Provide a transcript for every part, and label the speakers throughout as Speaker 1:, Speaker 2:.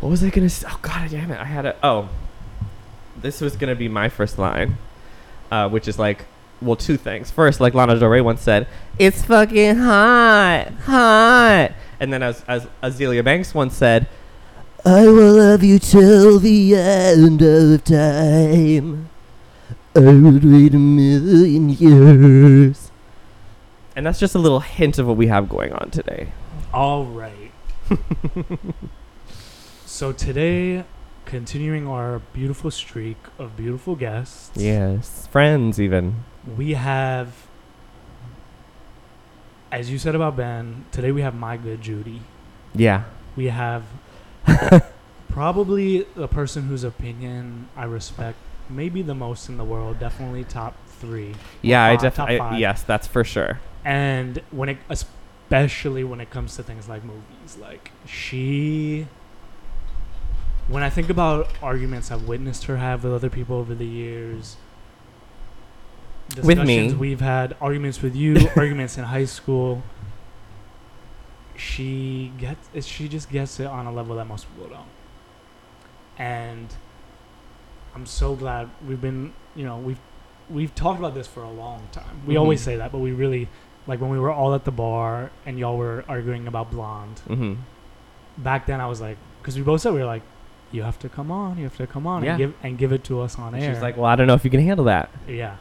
Speaker 1: What was I gonna? s Oh God, damn it! I had a. Oh, this was gonna be my first line, uh, which is like, well, two things. First, like Lana Del Rey once said, "It's fucking hot, hot," and then as as Azealia Banks once said, "I will love you till the end of time. I would wait a million years." And that's just a little hint of what we have going on today.
Speaker 2: All right. so today, continuing our beautiful streak of beautiful guests,
Speaker 1: Yes, friends, even.
Speaker 2: we have, as you said about Ben, today we have my good Judy.
Speaker 1: Yeah.
Speaker 2: We have probably the person whose opinion I respect maybe the most in the world, definitely top three.
Speaker 1: Yeah, I
Speaker 2: Top five,
Speaker 1: definitely.
Speaker 2: top five.
Speaker 1: Yes, that's for sure.
Speaker 2: and when it especially when it comes to things like movies like she when i think about arguments i've witnessed her have with other people over the years
Speaker 1: With me.
Speaker 2: discussions we've had arguments with you arguments in high school she gets it- she just gets it on a level that most people don't and i'm so glad we've been you know we've we've talked about this for a long time we always
Speaker 1: Mhm.
Speaker 2: say that but we really like when we were all at the bar and y'all were arguing about blonde
Speaker 1: hmm
Speaker 2: back then i was like because we both said we were like you have to come on you have to come on
Speaker 1: Yeah.
Speaker 2: and give and give it to us on
Speaker 1: And
Speaker 2: air
Speaker 1: She was like, "Well, I don't know if you can handle that.
Speaker 2: yeah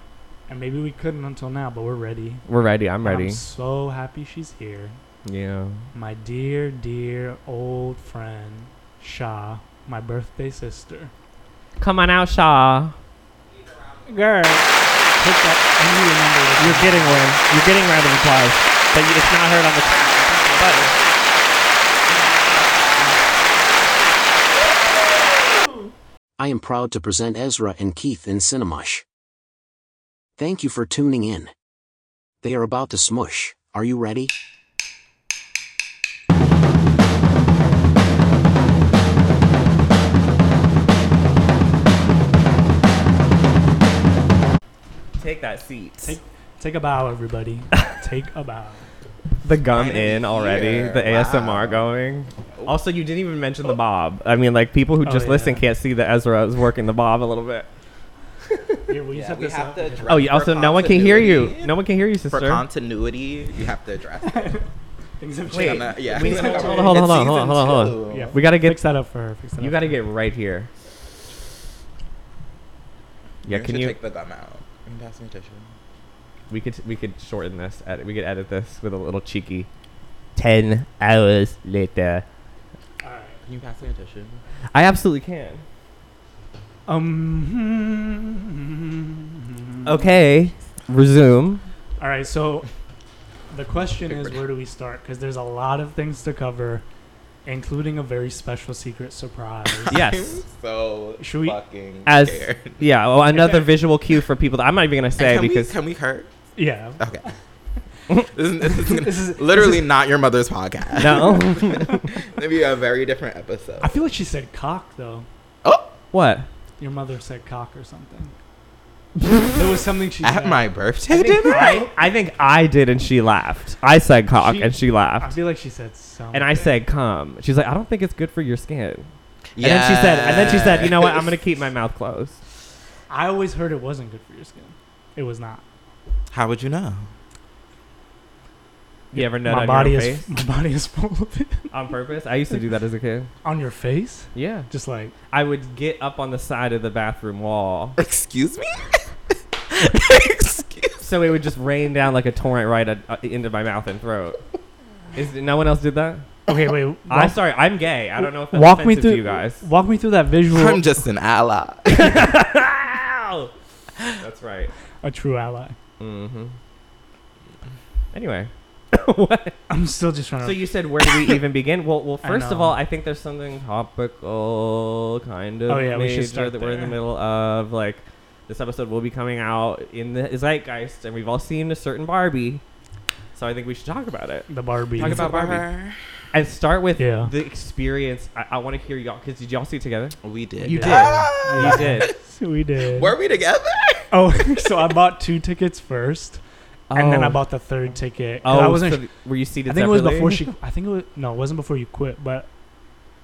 Speaker 2: and maybe we couldn't until now but we're ready
Speaker 1: We're ready. I'm
Speaker 2: And
Speaker 1: ready."
Speaker 2: i'm so happy she's here
Speaker 1: yeah.
Speaker 2: my dear dear old friend shah my birthday sister
Speaker 1: Come on out, Shaw.
Speaker 2: girl Hit that- and you remember
Speaker 1: You're
Speaker 2: this.
Speaker 1: getting one. You're getting round of applause, but you- it's not heard on the button.
Speaker 3: I am proud to present Ezra and Keith in Cinemush. Thank you for tuning in. They are about to smush. Are you ready?
Speaker 1: Take that seat.
Speaker 2: take, take a bow everybody take a bow
Speaker 1: the gum
Speaker 4: Right
Speaker 1: in
Speaker 4: in
Speaker 1: already.
Speaker 4: here.
Speaker 1: The ASMR
Speaker 4: Wow.
Speaker 1: going. Also, you didn't even mention the bob. I mean, like people who
Speaker 2: Oh,
Speaker 1: just listen
Speaker 2: yeah.
Speaker 1: can't see that Ezra is working the bob a little bit.
Speaker 2: Here, will you
Speaker 4: Yeah,
Speaker 2: set
Speaker 4: we
Speaker 2: this
Speaker 4: have
Speaker 2: up?
Speaker 4: to
Speaker 2: Yeah.
Speaker 4: dra-
Speaker 1: Oh, yeah.
Speaker 4: For
Speaker 1: Also, no one can hear you.
Speaker 4: continuity.
Speaker 1: No one can hear you,
Speaker 4: For
Speaker 1: sister.
Speaker 4: continuity, you have to address. it.
Speaker 2: Things have
Speaker 1: Wait.
Speaker 2: changed.
Speaker 4: I'm not- yeah.
Speaker 1: we-
Speaker 4: It's
Speaker 1: hold on,
Speaker 4: season
Speaker 1: hold on, hold on, hold on, hold on,
Speaker 4: two.
Speaker 1: hold
Speaker 2: Yeah.
Speaker 1: We gotta get
Speaker 2: Fix that up for her. Fix that
Speaker 1: You
Speaker 2: up.
Speaker 1: gotta get right here. Yeah,
Speaker 4: We
Speaker 1: can
Speaker 4: should
Speaker 1: you?
Speaker 4: take the gum out? Can you pass me a tissue?
Speaker 1: we could we could shorten this. Edit, we could edit this with a little cheeky. Ten hours later,
Speaker 2: All right.
Speaker 4: Can you pass me a tissue?
Speaker 1: I absolutely can.
Speaker 2: Um.
Speaker 1: Okay, resume.
Speaker 2: All right. So, the question
Speaker 4: Big
Speaker 2: is,
Speaker 4: brain.
Speaker 2: where do we start? Because there's a lot of things to cover, including a very special secret surprise.
Speaker 1: Yes.
Speaker 4: So
Speaker 2: Should we-
Speaker 4: fucking
Speaker 1: As-
Speaker 4: scared.
Speaker 1: yeah. Oh, another visual cue for people. That I'm not even gonna say
Speaker 4: And can
Speaker 1: because
Speaker 4: we, can we hurt?
Speaker 2: yeah.
Speaker 4: Okay. this is, this is gonna-
Speaker 2: This is
Speaker 4: literally not your mother's podcast.
Speaker 1: no.
Speaker 4: Maybe a very different episode.
Speaker 2: I feel like she said cock though.
Speaker 4: oh,
Speaker 1: what?
Speaker 2: Your mother said cock or something. there was something she
Speaker 4: at
Speaker 2: said.
Speaker 4: my birthday
Speaker 1: I,
Speaker 4: dinner.
Speaker 1: think I, think I did, and she laughed. I said cock,
Speaker 2: She-
Speaker 1: and she
Speaker 2: I
Speaker 1: laughed.
Speaker 2: feel like she said something.
Speaker 1: And I said cum. She's like, I don't think it's good for your skin. And then she said, and then she said, you know what? I'm gonna keep my mouth closed.
Speaker 2: I always heard it wasn't good for your skin. It was not.
Speaker 4: How would you know?
Speaker 1: You ever nut
Speaker 2: my
Speaker 1: on
Speaker 2: body
Speaker 1: your own
Speaker 2: is
Speaker 1: face
Speaker 2: my body is full of it.
Speaker 1: on purpose? I used to do that as a kid.
Speaker 2: On your face,
Speaker 1: Yeah,
Speaker 2: just like
Speaker 1: I would get up on the side of the bathroom wall,
Speaker 4: Excuse me.
Speaker 1: so it would just rain down like a torrent right at, uh, into my mouth and throat. Is no one else did that?
Speaker 2: Okay, wait. Walk,
Speaker 1: I'm sorry, I'm gay. I don't know if that's
Speaker 2: walk me
Speaker 1: offensive
Speaker 2: through
Speaker 1: to you guys.
Speaker 2: Walk me through that visual.
Speaker 4: I'm just an ally.
Speaker 1: Ow! that's right.
Speaker 2: a true ally.
Speaker 1: hmm Anyway, what?
Speaker 2: I'm still just trying
Speaker 1: So
Speaker 2: to.
Speaker 1: you said where do we even begin? Well, well,
Speaker 2: I
Speaker 1: first of
Speaker 2: know.
Speaker 1: all, I think there's something topical, kind of.
Speaker 2: Oh, yeah, we should
Speaker 1: major
Speaker 2: start
Speaker 1: that we're in the
Speaker 2: there.
Speaker 1: middle of. Like, this episode will be coming out in the zeitgeist, and we've all seen a certain Barbie. So I think we should talk about it
Speaker 2: the Barbie.
Speaker 1: Talk about Barbie. and start with
Speaker 2: Yeah.
Speaker 1: the experience. I, I want to hear y'all because did y'all see it together?
Speaker 4: We did. Ah!
Speaker 2: You did.
Speaker 1: You did.
Speaker 2: So we did.
Speaker 4: Were we together?
Speaker 2: Oh, so I bought two tickets first, and then I
Speaker 1: Oh.
Speaker 2: bought the third ticket. 'cause
Speaker 1: Oh,
Speaker 2: I wasn't.
Speaker 1: so
Speaker 2: su-
Speaker 1: were you seated?
Speaker 2: I think it was
Speaker 1: separately?
Speaker 2: before she. I think it was no, it wasn't before you quit, but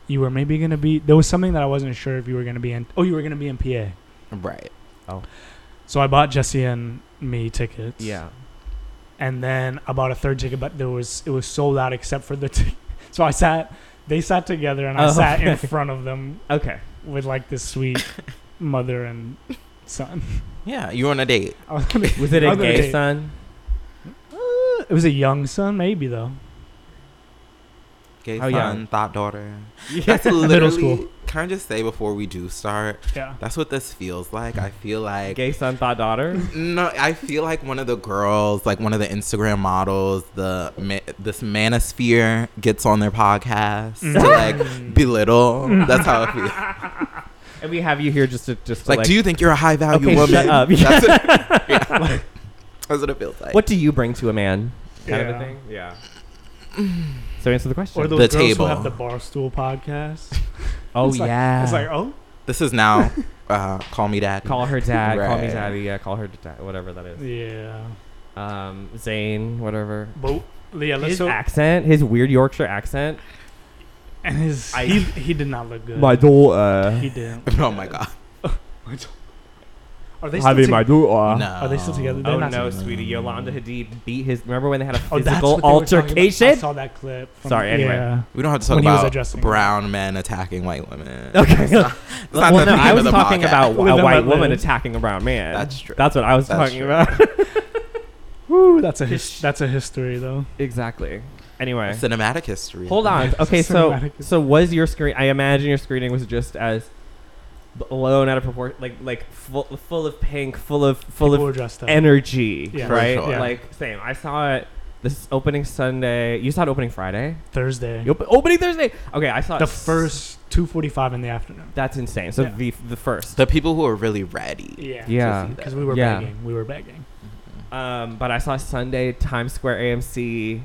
Speaker 2: you were maybe gonna be. There was something that I wasn't sure if you were gonna be in. Oh, you were gonna be in PA.
Speaker 4: Right.
Speaker 2: So I bought Jesse and me tickets.
Speaker 1: Yeah.
Speaker 2: and then I bought a third ticket, but there was it was sold out except for the. T- so I sat, they sat together, and I
Speaker 1: Oh,
Speaker 2: sat in
Speaker 1: okay.
Speaker 2: front of them
Speaker 1: Okay.
Speaker 2: with like this sweet mother and son.
Speaker 4: Yeah, you were on a date.
Speaker 2: I was gonna-
Speaker 1: Was it a
Speaker 2: Other
Speaker 1: gay
Speaker 2: date.
Speaker 1: son?
Speaker 2: it was a young son, maybe though.
Speaker 4: Gay
Speaker 1: How
Speaker 4: son,
Speaker 1: young?
Speaker 4: thought daughter.
Speaker 1: Yeah.
Speaker 4: That's literally.
Speaker 2: Middle school.
Speaker 4: Can I just say before we do start,
Speaker 2: Yeah.
Speaker 4: that's what this feels like. I feel like
Speaker 1: Gay son thought daughter.
Speaker 4: No, I feel like one of the girls, like one of the Instagram models, the ma- this manosphere gets on their podcast
Speaker 1: Mm-hmm.
Speaker 4: to like belittle. That's how I feel.
Speaker 1: and we have you here just to just to,
Speaker 4: Like,
Speaker 1: like,
Speaker 4: do you think you're a high value
Speaker 1: Okay,
Speaker 4: woman?
Speaker 1: shut up.
Speaker 4: That's, what, yeah. That's what it feels like.
Speaker 1: what do you bring to a man? Kind of
Speaker 2: Yeah.
Speaker 1: a thing. Yeah. So answer the question.
Speaker 2: Or those
Speaker 4: The
Speaker 2: girls who have
Speaker 4: table.
Speaker 2: the barstool podcast.
Speaker 1: oh
Speaker 2: It's like-
Speaker 1: yeah.
Speaker 2: It's like, oh,
Speaker 4: This is now. Uh, call me dad.
Speaker 1: call her dad. Call me
Speaker 4: Right.
Speaker 1: daddy. Yeah. Call her dad. Whatever that is.
Speaker 2: yeah.
Speaker 1: Um, Zane. Whatever.
Speaker 2: But yeah, let's
Speaker 1: His
Speaker 2: so,
Speaker 1: accent, his weird Yorkshire accent.
Speaker 2: and his
Speaker 1: I-
Speaker 2: he, he did not look good.
Speaker 1: daughter.
Speaker 2: he did.
Speaker 4: Oh my god.
Speaker 2: Are they still together?
Speaker 1: daughter.
Speaker 4: no.
Speaker 2: Are they still together? They're
Speaker 1: Oh
Speaker 2: not
Speaker 1: no,
Speaker 2: together.
Speaker 1: sweetie, Yolanda Hadid beat his. Remember when they had a
Speaker 2: Oh, that's
Speaker 1: physical
Speaker 2: what they were talking about. I
Speaker 1: altercation?
Speaker 2: saw that clip. from-
Speaker 1: Sorry, anyway.
Speaker 2: yeah.
Speaker 4: We don't have to talk
Speaker 2: When he was
Speaker 4: about
Speaker 2: addressing-
Speaker 4: brown men attacking white women.
Speaker 1: Okay.
Speaker 4: It's not, it's not
Speaker 1: well,
Speaker 4: the
Speaker 1: no,
Speaker 4: theme
Speaker 1: I
Speaker 4: of
Speaker 1: was
Speaker 4: the
Speaker 1: talking
Speaker 4: podcast.
Speaker 1: about
Speaker 2: With
Speaker 1: a
Speaker 2: them
Speaker 1: white
Speaker 2: at
Speaker 1: woman
Speaker 2: lives.
Speaker 1: attacking a brown man.
Speaker 4: That's true.
Speaker 1: That's what I was
Speaker 4: That's
Speaker 1: talking
Speaker 4: true.
Speaker 1: about.
Speaker 2: Woo, that's a his- that's a history though.
Speaker 1: exactly. Anyway,
Speaker 4: Cinematic history.
Speaker 1: hold on. Okay, so
Speaker 2: Cinematic.
Speaker 1: so was your screen? I imagine your screening was just as blown out of proportion, like like full, full of pink, full of full
Speaker 2: People
Speaker 1: of
Speaker 2: were dressed up.
Speaker 1: energy,
Speaker 2: Yeah.
Speaker 4: For
Speaker 1: right?
Speaker 4: sure.
Speaker 2: Yeah.
Speaker 1: Like same. I saw it this opening Sunday. You saw it opening Friday.
Speaker 2: Thursday,
Speaker 1: You op- opening Thursday. Okay, I saw it
Speaker 2: the
Speaker 1: s-
Speaker 2: first two forty five in the afternoon.
Speaker 1: That's insane. So
Speaker 2: Yeah.
Speaker 1: the the first.
Speaker 4: The people who are really ready.
Speaker 2: Yeah,
Speaker 1: Yeah.
Speaker 2: because we were
Speaker 1: Yeah.
Speaker 2: begging, we were begging.
Speaker 1: Um, but I saw Sunday Times Square AMC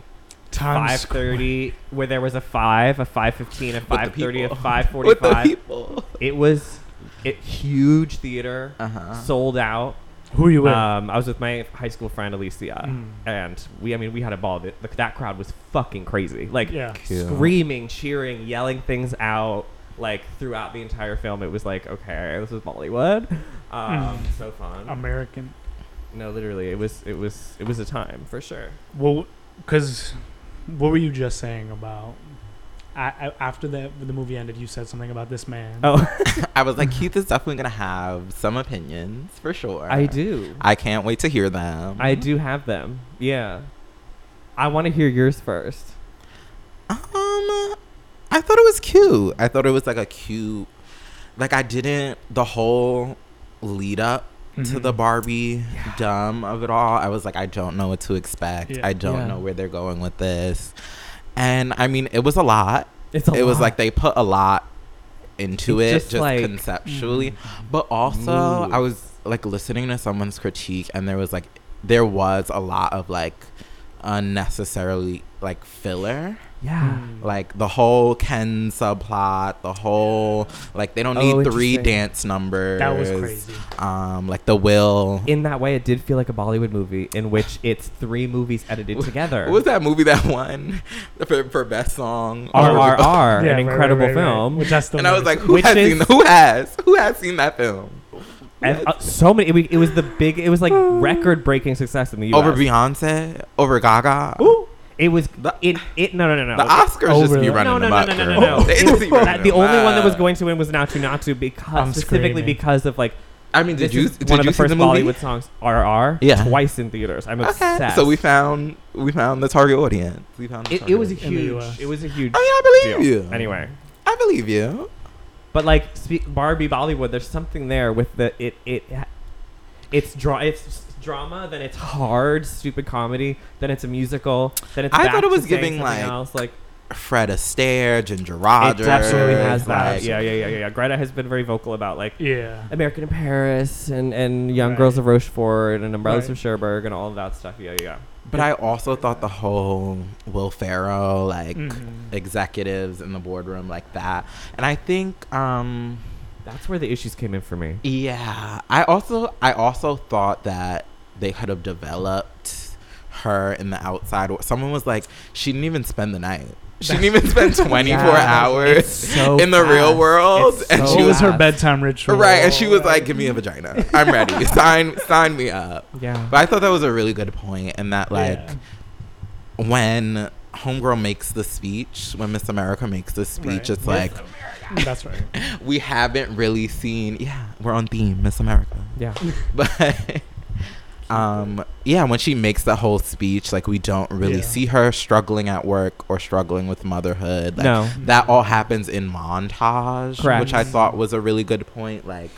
Speaker 2: Times
Speaker 1: five
Speaker 2: Square.
Speaker 1: thirty where there was a five, a five fifteen, a
Speaker 4: the
Speaker 1: five thirty, a
Speaker 4: people.
Speaker 1: five forty
Speaker 4: With the
Speaker 1: five.
Speaker 4: people.
Speaker 1: It was it huge theater,
Speaker 4: Uh huh.
Speaker 1: sold out.
Speaker 2: Who are Uh-huh. you with?
Speaker 1: Um, I was with my high school friend Alicia,
Speaker 2: Mm.
Speaker 1: and we I mean we had a ball. The, the, that crowd was fucking crazy. Like
Speaker 2: yeah,
Speaker 4: Yeah.
Speaker 1: screaming, cheering, yelling things out like throughout the entire film. It was like, okay, this is Bollywood. Um,
Speaker 2: Mm.
Speaker 1: so fun.
Speaker 2: American.
Speaker 1: no, literally, it was it was it was a time for sure.
Speaker 2: Well, because what were you just saying about? I, I, after the the movie ended, you said something about this man.
Speaker 1: Oh,
Speaker 4: I was like, Keith is definitely gonna have some opinions for sure.
Speaker 1: I do.
Speaker 4: I can't wait to hear them.
Speaker 1: I do have them. Yeah. I want to hear yours first.
Speaker 4: um, I thought it was cute. I thought it was like a cute, like I didn't the whole lead up
Speaker 1: Mm-hmm.
Speaker 4: to
Speaker 2: Mhm.
Speaker 4: the Barbie dumb of it all. I was like, I don't know what to expect.
Speaker 2: Yeah.
Speaker 4: I don't
Speaker 1: Yeah.
Speaker 4: know where they're going with this. And I mean, it was a lot.
Speaker 1: It's a
Speaker 4: it was
Speaker 1: lot.
Speaker 4: like they put a lot into
Speaker 1: It's
Speaker 4: it
Speaker 1: just
Speaker 4: just,
Speaker 1: like- mm.
Speaker 4: conceptually but also
Speaker 1: Ooh.
Speaker 4: i was like listening to someone's critique and there was like there was a lot of like unnecessarily like filler
Speaker 1: yeah.
Speaker 2: Mm.
Speaker 4: like the whole ken subplot the whole like they don't
Speaker 1: Oh,
Speaker 4: need three
Speaker 1: interesting.
Speaker 4: dance numbers
Speaker 2: that was crazy.
Speaker 4: um like the will
Speaker 1: In that way, it did feel like a Bollywood movie in which it's three movies edited together.
Speaker 4: what was that movie that won for, for best
Speaker 1: RRR,
Speaker 4: song
Speaker 2: Yeah,
Speaker 1: an
Speaker 2: right, right,
Speaker 1: incredible
Speaker 2: right, right.
Speaker 1: film.
Speaker 2: Which I still
Speaker 4: and i
Speaker 2: never
Speaker 4: was like
Speaker 2: seen.
Speaker 4: who
Speaker 1: Which
Speaker 4: has
Speaker 1: is-
Speaker 4: seen who has who has seen that film
Speaker 1: And, uh, so many. It, was- it was the big. It was like record-breaking success in the U.S.
Speaker 4: over Beyonce, over Gaga.
Speaker 1: Ooh. It was
Speaker 4: The-
Speaker 1: it. It no no no no.
Speaker 4: The Oscars
Speaker 2: Over
Speaker 4: just be
Speaker 2: the-
Speaker 4: running
Speaker 1: no, no,
Speaker 4: them
Speaker 1: no,
Speaker 4: up.
Speaker 1: no, no, no, no.
Speaker 4: They
Speaker 1: It
Speaker 4: just
Speaker 1: was-
Speaker 4: be running
Speaker 1: the
Speaker 4: them
Speaker 1: only one that was
Speaker 4: up.
Speaker 1: going to win was Natu Natu because
Speaker 2: I'm
Speaker 1: specifically
Speaker 2: screaming.
Speaker 1: because of like
Speaker 4: I mean, did
Speaker 1: this
Speaker 4: you
Speaker 1: is
Speaker 4: did
Speaker 1: one of
Speaker 4: you
Speaker 1: the
Speaker 4: see
Speaker 1: first
Speaker 4: the movie?
Speaker 1: Bollywood songs RRR
Speaker 4: Yeah.
Speaker 1: twice in theaters. I'm
Speaker 4: Okay.
Speaker 1: obsessed.
Speaker 4: So we found we found the target audience. We found the
Speaker 1: it,
Speaker 4: target
Speaker 1: it was a
Speaker 4: audience.
Speaker 2: In the
Speaker 1: huge.
Speaker 2: US.
Speaker 1: It was a huge.
Speaker 4: I mean, I believe
Speaker 1: deal.
Speaker 4: you.
Speaker 1: Anyway,
Speaker 4: I believe you.
Speaker 1: but like spe- Barbie Bollywood, there's something there with the it it. It's draw. It's drama. Then it's hard, stupid comedy. Then it's a musical. Then it's.
Speaker 4: I
Speaker 1: back
Speaker 4: thought
Speaker 1: to
Speaker 4: it was
Speaker 1: saying
Speaker 4: giving,
Speaker 1: something
Speaker 4: like,
Speaker 1: else. like
Speaker 4: Fred Astaire, Ginger Rogers.
Speaker 1: it absolutely has that.
Speaker 4: like-
Speaker 1: yeah, yeah, yeah, yeah, yeah. Greta has been very vocal about like
Speaker 2: yeah,
Speaker 1: American in Paris and, and Young
Speaker 2: Right.
Speaker 1: Girls of Rochefort and Umbrellas
Speaker 2: Right.
Speaker 1: of Cherbourg and all of that stuff. Yeah, yeah.
Speaker 4: But I also thought the whole Will Ferrell like
Speaker 2: Mhm.
Speaker 4: executives in the boardroom like that, and I think um
Speaker 1: That's where the issues came in for me.
Speaker 4: Yeah, I also I also thought that they could have developed her in the outside. wo- Someone was like, she didn't even spend the night. She didn't even spend 24
Speaker 1: Yeah.
Speaker 4: hours
Speaker 1: so
Speaker 4: in the real
Speaker 1: fast.
Speaker 4: world,
Speaker 1: It's
Speaker 4: and
Speaker 1: so
Speaker 4: she
Speaker 2: What
Speaker 4: was
Speaker 2: was her
Speaker 1: fast.
Speaker 2: bedtime ritual?
Speaker 4: right, and she was like, "Give me a vagina. I'm ready. sign, sign me up."
Speaker 1: Yeah.
Speaker 4: But I thought that was a really good point, and that like
Speaker 2: Yeah.
Speaker 4: when Homegirl makes the speech, when Miss America makes the speech,
Speaker 2: Right. Miss
Speaker 4: it's like
Speaker 2: That's right.
Speaker 4: we haven't really seen. Yeah, we're on theme, Miss America.
Speaker 1: Yeah.
Speaker 4: But um, yeah, when she makes the whole speech, like we don't really
Speaker 2: Yeah.
Speaker 4: see her struggling at work or struggling with motherhood. Like,
Speaker 1: No.
Speaker 4: that all happens in montage,
Speaker 1: Correct.
Speaker 4: which I thought was a really good point. Like,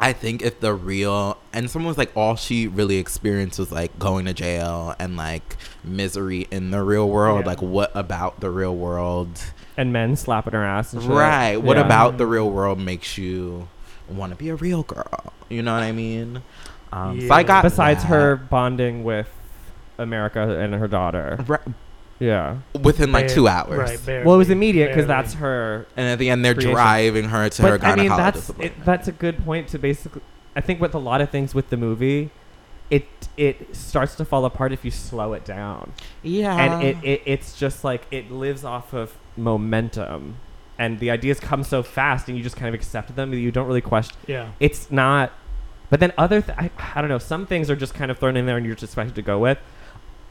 Speaker 4: I think if the real and someone was like, all she really experienced was like going to jail and like misery in the real world.
Speaker 2: Yeah.
Speaker 4: Like, what about the real world?
Speaker 1: And men slapping her ass and shit.
Speaker 4: Right. What
Speaker 1: Yeah.
Speaker 4: about the real world makes you want to be a real girl? You know what I mean? Um, So I
Speaker 2: Yeah.
Speaker 4: got
Speaker 1: Besides
Speaker 4: that.
Speaker 1: her bonding with America and her daughter.
Speaker 4: Ri-
Speaker 1: Yeah.
Speaker 4: within like
Speaker 2: Bare-
Speaker 4: two hours,
Speaker 2: Right. Barely,
Speaker 1: Well, it was immediate because
Speaker 2: barely.
Speaker 1: that's her.
Speaker 4: and at the end they're
Speaker 1: Creation.
Speaker 4: driving her to her
Speaker 1: But I
Speaker 4: gynecologist.
Speaker 1: mean, that's
Speaker 4: appointment.
Speaker 1: it, that's a good point to basically. I think with a lot of things with the movie, it it starts to fall apart if you slow it down.
Speaker 4: yeah,
Speaker 1: and it, it it's just like it lives off of momentum and the ideas come so fast and you just kind of accept them you don't really question
Speaker 2: Yeah.
Speaker 1: it's not but then other th- I, I don't know some things are just kind of thrown in there and you're just expected to go with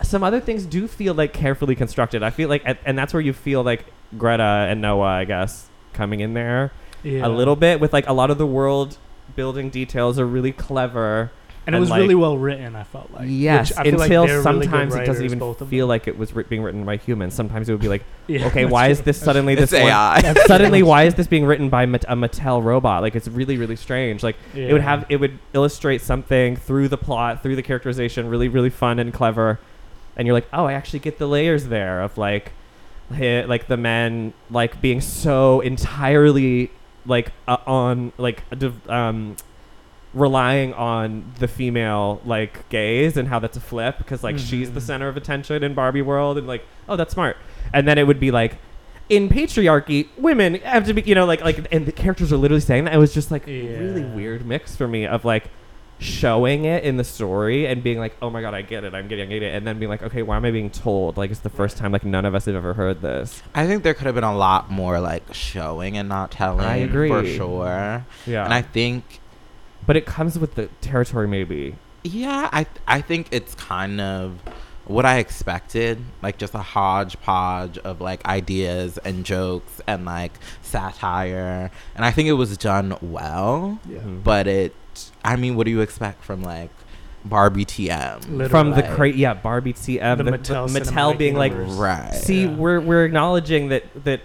Speaker 1: some other things do feel like carefully constructed i feel like and- and that's where you feel like greta and noah i guess coming in there
Speaker 2: Yeah.
Speaker 1: a little bit with like a lot of the world building details are really clever
Speaker 2: and it
Speaker 1: and,
Speaker 2: was
Speaker 1: like-
Speaker 2: really well written. I felt like.
Speaker 1: yes
Speaker 2: Which I feel like
Speaker 1: until
Speaker 2: they're really good
Speaker 1: sometimes it doesn't
Speaker 2: writers,
Speaker 1: even
Speaker 2: both of
Speaker 1: feel
Speaker 2: them.
Speaker 1: like it was ri- being written by humans sometimes it would be like
Speaker 2: Yeah,
Speaker 1: okay,
Speaker 2: that's
Speaker 1: why
Speaker 2: true.
Speaker 1: is this suddenly
Speaker 4: it's
Speaker 1: this one,
Speaker 4: AI.
Speaker 1: suddenly why is this being written by Mat- a Mattel robot? Like it's really really strange. Like it would
Speaker 2: Yeah.
Speaker 1: have it would illustrate something through the plot, through the characterization, really really fun and clever. And you're like, "Oh, I actually get the layers there of like hi- like the men like being so entirely like uh, on like a div- um relying on the female like gaze and how that's a flip because like she's the
Speaker 2: Mhm.
Speaker 1: center of attention in Barbie world and like oh that's smart and then it would be like in patriarchy women have to be you know like like and the characters are literally saying that it was just like really
Speaker 2: Yeah.
Speaker 1: weird mix for me of like showing it in the story and being like oh my god I get it I'm getting I get it and then being like okay why am I being told like it's the first time like none of us have ever heard this
Speaker 4: I think there could have been a lot more like showing and not telling.
Speaker 1: I agree.
Speaker 4: for sure.
Speaker 1: yeah
Speaker 4: And I think,
Speaker 1: but it comes with the territory maybe
Speaker 4: yeah, I I think it's kind of what I expected, like just a hodgepodge of like ideas and jokes and like satire. And I think it was done well,
Speaker 2: Yeah.
Speaker 1: Mhm.
Speaker 4: but it. I mean, what do you expect from like Barbie TM?
Speaker 2: Literally.
Speaker 1: from the
Speaker 4: Right.
Speaker 1: cra- yeah Barbie TM
Speaker 2: The
Speaker 1: the, the
Speaker 2: Mattel
Speaker 1: Mattel,
Speaker 2: cinematic
Speaker 1: being like
Speaker 2: universe.
Speaker 4: Right.
Speaker 1: see
Speaker 2: Yeah.
Speaker 1: we're we're acknowledging that that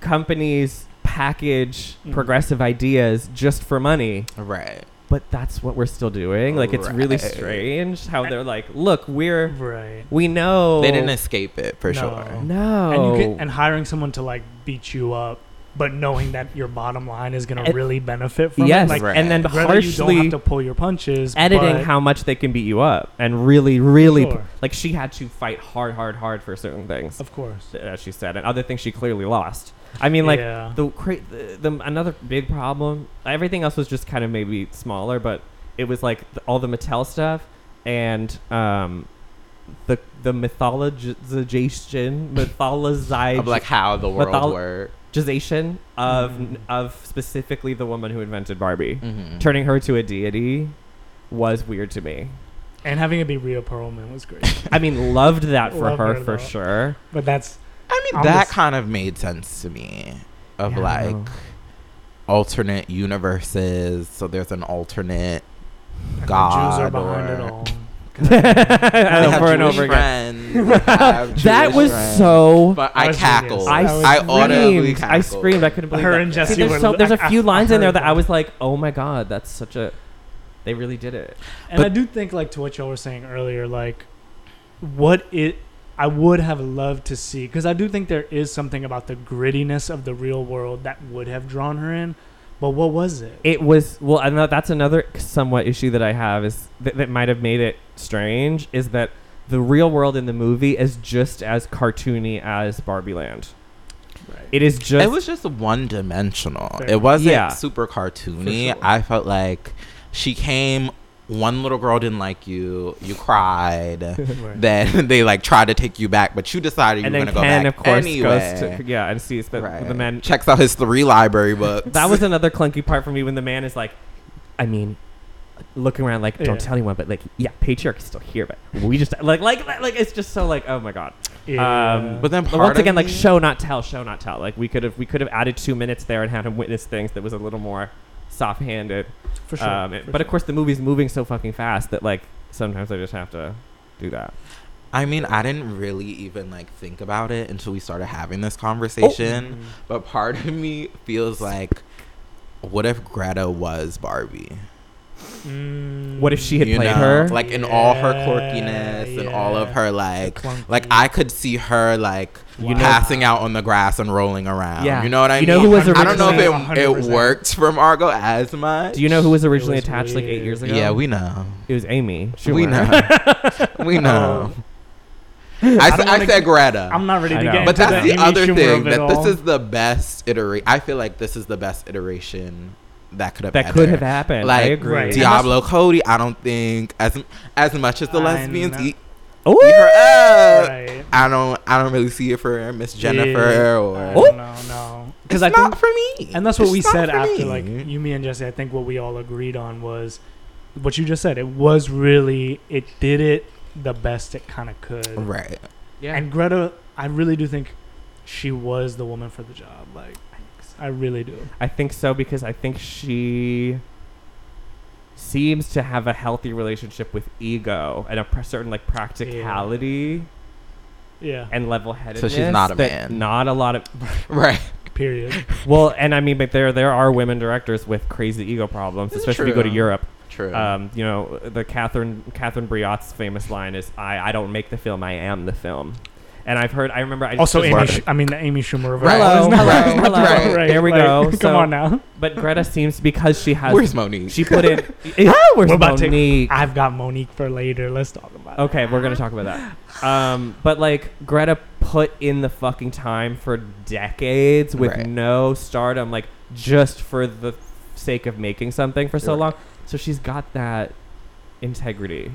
Speaker 1: companies package
Speaker 2: Mhm.
Speaker 1: progressive ideas just for money
Speaker 4: Right.
Speaker 1: but that's what we're still doing like it's really
Speaker 4: Right.
Speaker 1: strange how they're like look we're
Speaker 2: Right.
Speaker 1: we know
Speaker 4: They didn't escape it for
Speaker 2: No.
Speaker 4: sure.
Speaker 1: no
Speaker 2: And, you can, and hiring someone to like beat you up, but knowing that your bottom line is gonna
Speaker 1: And-
Speaker 2: really benefit from
Speaker 1: yes
Speaker 2: it. Like,
Speaker 4: Right.
Speaker 1: and then
Speaker 2: Granted, you
Speaker 1: harshly
Speaker 2: don't have to pull your punches.
Speaker 1: editing
Speaker 2: but-
Speaker 1: how much they can beat you up and really really
Speaker 2: Sure.
Speaker 1: like she had to fight hard hard hard for certain things
Speaker 2: Of course.
Speaker 1: as she said, and other things she clearly lost. I mean, like
Speaker 2: Yeah.
Speaker 1: the, cra- the the another big problem. Everything else was just kind of maybe smaller, but it was like the, all the Mattel stuff and um, the the mythologization,
Speaker 4: Of like
Speaker 1: mythologization
Speaker 4: Mm-hmm. how the world
Speaker 1: Mythol-
Speaker 4: worked.
Speaker 1: of
Speaker 2: Mm.
Speaker 1: of specifically the woman who invented Barbie,
Speaker 4: Mhm.
Speaker 1: turning her to a deity was weird to me.
Speaker 2: And having it be Rhea Perlman was great.
Speaker 1: I mean, loved that for
Speaker 2: Love
Speaker 1: her,
Speaker 2: her,
Speaker 1: for
Speaker 2: though.
Speaker 1: sure.
Speaker 2: but that's
Speaker 4: I mean,
Speaker 2: I'm
Speaker 4: that
Speaker 2: just-
Speaker 4: kind of made sense to me. Of
Speaker 1: Yeah, I
Speaker 4: like
Speaker 1: know.
Speaker 4: alternate universes, so there's an alternate.
Speaker 2: and the Jews
Speaker 4: God
Speaker 2: are behind it
Speaker 4: or-
Speaker 2: all.
Speaker 4: I
Speaker 1: over
Speaker 4: have
Speaker 1: and
Speaker 4: Jewish
Speaker 1: over again.
Speaker 4: friends, I have
Speaker 1: that
Speaker 4: Jewish
Speaker 1: was
Speaker 4: friends.
Speaker 1: so.
Speaker 4: But
Speaker 2: I
Speaker 4: I
Speaker 2: was genius.
Speaker 4: cackled.
Speaker 2: I was
Speaker 4: I, audibly
Speaker 1: screamed. I
Speaker 4: cackled.
Speaker 1: screamed. I couldn't believe
Speaker 2: Her
Speaker 1: that.
Speaker 2: and
Speaker 1: See,
Speaker 2: Jesse
Speaker 1: there's,
Speaker 2: were-
Speaker 1: so- there's a
Speaker 2: I-
Speaker 1: few
Speaker 2: I
Speaker 1: lines in there
Speaker 2: heard
Speaker 1: that I
Speaker 2: that.
Speaker 1: was like, oh my god, that's such a. They really did it.
Speaker 2: And I do think, like, to what y'all were saying earlier, like, what it, I would have loved to see, because I do think there is something about the grittiness of the real world that would have drawn her in. But what was it?
Speaker 1: It was well, and that- that's another somewhat issue that I have is that, that might have made it strange is that the real world in the movie is just as cartoony as Barbie Land. It is just.
Speaker 4: It was just one dimensional.
Speaker 2: Fair.
Speaker 4: It wasn't
Speaker 1: Yeah.
Speaker 4: super cartoony.
Speaker 2: For sure.
Speaker 4: I felt like she came one little girl didn't like you, you cried. then they like tried to take you back, but you decided you
Speaker 1: and
Speaker 4: were
Speaker 1: then
Speaker 4: gonna go
Speaker 1: Ken,
Speaker 4: back
Speaker 1: of course,
Speaker 4: anyway.
Speaker 1: goes to yeah and sees the,
Speaker 4: Right.
Speaker 1: the man.
Speaker 4: checks out his three library books.
Speaker 1: That was another clunky part for me when the man is like, I mean, looking around like, don't
Speaker 2: Yeah.
Speaker 1: tell anyone, but like, yeah, patriarchy's still here, but we just like, like, like, like, it's just so like, oh my god.
Speaker 2: Yeah.
Speaker 4: but then
Speaker 1: um, But
Speaker 4: part
Speaker 1: once
Speaker 4: of
Speaker 1: again, like,
Speaker 4: me-
Speaker 1: show not tell, show not tell. Like, we could have we could have added two minutes there and had him witness things that was a little more soft-handed.
Speaker 2: for sure.
Speaker 1: um, it-
Speaker 2: for
Speaker 1: but of
Speaker 2: sure.
Speaker 1: course, the movie's moving so fucking fast that like sometimes I just have to do that.
Speaker 4: I mean, I didn't really even like think about it until we started having
Speaker 1: Oh.
Speaker 4: this conversation.
Speaker 2: Mhm.
Speaker 4: But part of me feels like, what if Greta was Barbie?
Speaker 2: Mm,
Speaker 1: What if she had
Speaker 4: You
Speaker 1: played
Speaker 4: know,
Speaker 1: her?
Speaker 4: like in all her
Speaker 2: Yeah,
Speaker 4: quirkiness and all of
Speaker 2: yeah.
Speaker 4: her like,
Speaker 2: Clunky.
Speaker 4: like I could see her like
Speaker 1: You know-
Speaker 4: passing out on the grass and rolling around.
Speaker 1: Yeah.
Speaker 4: You know what I
Speaker 1: You
Speaker 4: mean?
Speaker 1: know who was
Speaker 4: I don't know if it,
Speaker 2: 100%.
Speaker 4: it worked for Margot as much.
Speaker 1: do you know who was originally
Speaker 2: was
Speaker 1: attached like eight
Speaker 2: weird.
Speaker 1: years ago?
Speaker 4: Yeah, we know.
Speaker 1: It was Amy.
Speaker 4: We
Speaker 1: Schumer.
Speaker 4: know. we know. I, s-
Speaker 2: don't
Speaker 4: I
Speaker 2: wanna
Speaker 4: said Greta.
Speaker 2: I'm not ready
Speaker 1: I
Speaker 2: to
Speaker 1: know.
Speaker 2: get
Speaker 4: but
Speaker 2: into
Speaker 4: that's
Speaker 2: the,
Speaker 4: the
Speaker 2: Amy
Speaker 4: other
Speaker 2: Schumer
Speaker 4: thing
Speaker 2: of it
Speaker 4: that
Speaker 2: all.
Speaker 4: this is the best iteration. I feel like this is the best iteration that could have
Speaker 1: That
Speaker 4: ever-
Speaker 1: could have happened. I
Speaker 4: Like,
Speaker 1: agree.
Speaker 2: Right.
Speaker 4: Diablo Cody. I don't think as as much as the
Speaker 2: I
Speaker 4: lesbians
Speaker 2: know.
Speaker 4: eat,
Speaker 1: Ooh!
Speaker 4: eat her up.
Speaker 2: Right.
Speaker 4: I don't I don't really see it for Miss Jennifer
Speaker 2: Yeah.
Speaker 4: or
Speaker 1: Oh.
Speaker 2: no, no,
Speaker 4: it's
Speaker 2: because I think,
Speaker 4: not for me.
Speaker 2: and that's what
Speaker 4: It's
Speaker 2: we
Speaker 4: not
Speaker 2: said
Speaker 4: for
Speaker 2: after,
Speaker 4: me.
Speaker 2: like you, me, and Jesse. I think what we all agreed on was what you just said. It was really, it did it the best it kind of could.
Speaker 4: right.
Speaker 1: Yeah.
Speaker 2: And Greta, I really do think she was the woman for the job. Like, I really do.
Speaker 1: I think so because I think she seems to have a healthy relationship with ego and a pr- certain like practicality
Speaker 2: Yeah.
Speaker 1: and level headedness.
Speaker 4: not a man.
Speaker 1: Not a lot of
Speaker 4: Right.
Speaker 2: Period.
Speaker 1: well, and I mean, but there there are women directors with crazy ego problems,
Speaker 4: This is
Speaker 1: especially if you go to
Speaker 4: true.
Speaker 1: Europe.
Speaker 4: True.
Speaker 2: Uh,
Speaker 1: Um, you know, the Catherine Catherine Briotte's famous line is, "I I don't make the film, I am the film." And I've heard, I remember, I just
Speaker 2: Also,
Speaker 1: was
Speaker 2: Amy.
Speaker 1: watching-
Speaker 2: Sh- I mean, the Amy Schumer. of it all.
Speaker 1: Hello,
Speaker 2: It's not-
Speaker 1: hello,
Speaker 2: it's not
Speaker 1: hello.
Speaker 2: right.
Speaker 1: There we
Speaker 2: Like,
Speaker 1: go.
Speaker 2: Come
Speaker 1: So-
Speaker 2: on now.
Speaker 1: but Greta seems because she has
Speaker 4: Where's Monique?
Speaker 1: She put in. Yeah, where's
Speaker 2: We're about to-
Speaker 1: Monique?
Speaker 2: I've got Monique for later. Let's talk about. it.
Speaker 1: okay, we're gonna talk about that. Um, but like Greta put in the fucking time for decades with
Speaker 4: Right.
Speaker 1: no stardom, like just for the sake of making something for so
Speaker 4: Right.
Speaker 1: long. So she's got that integrity,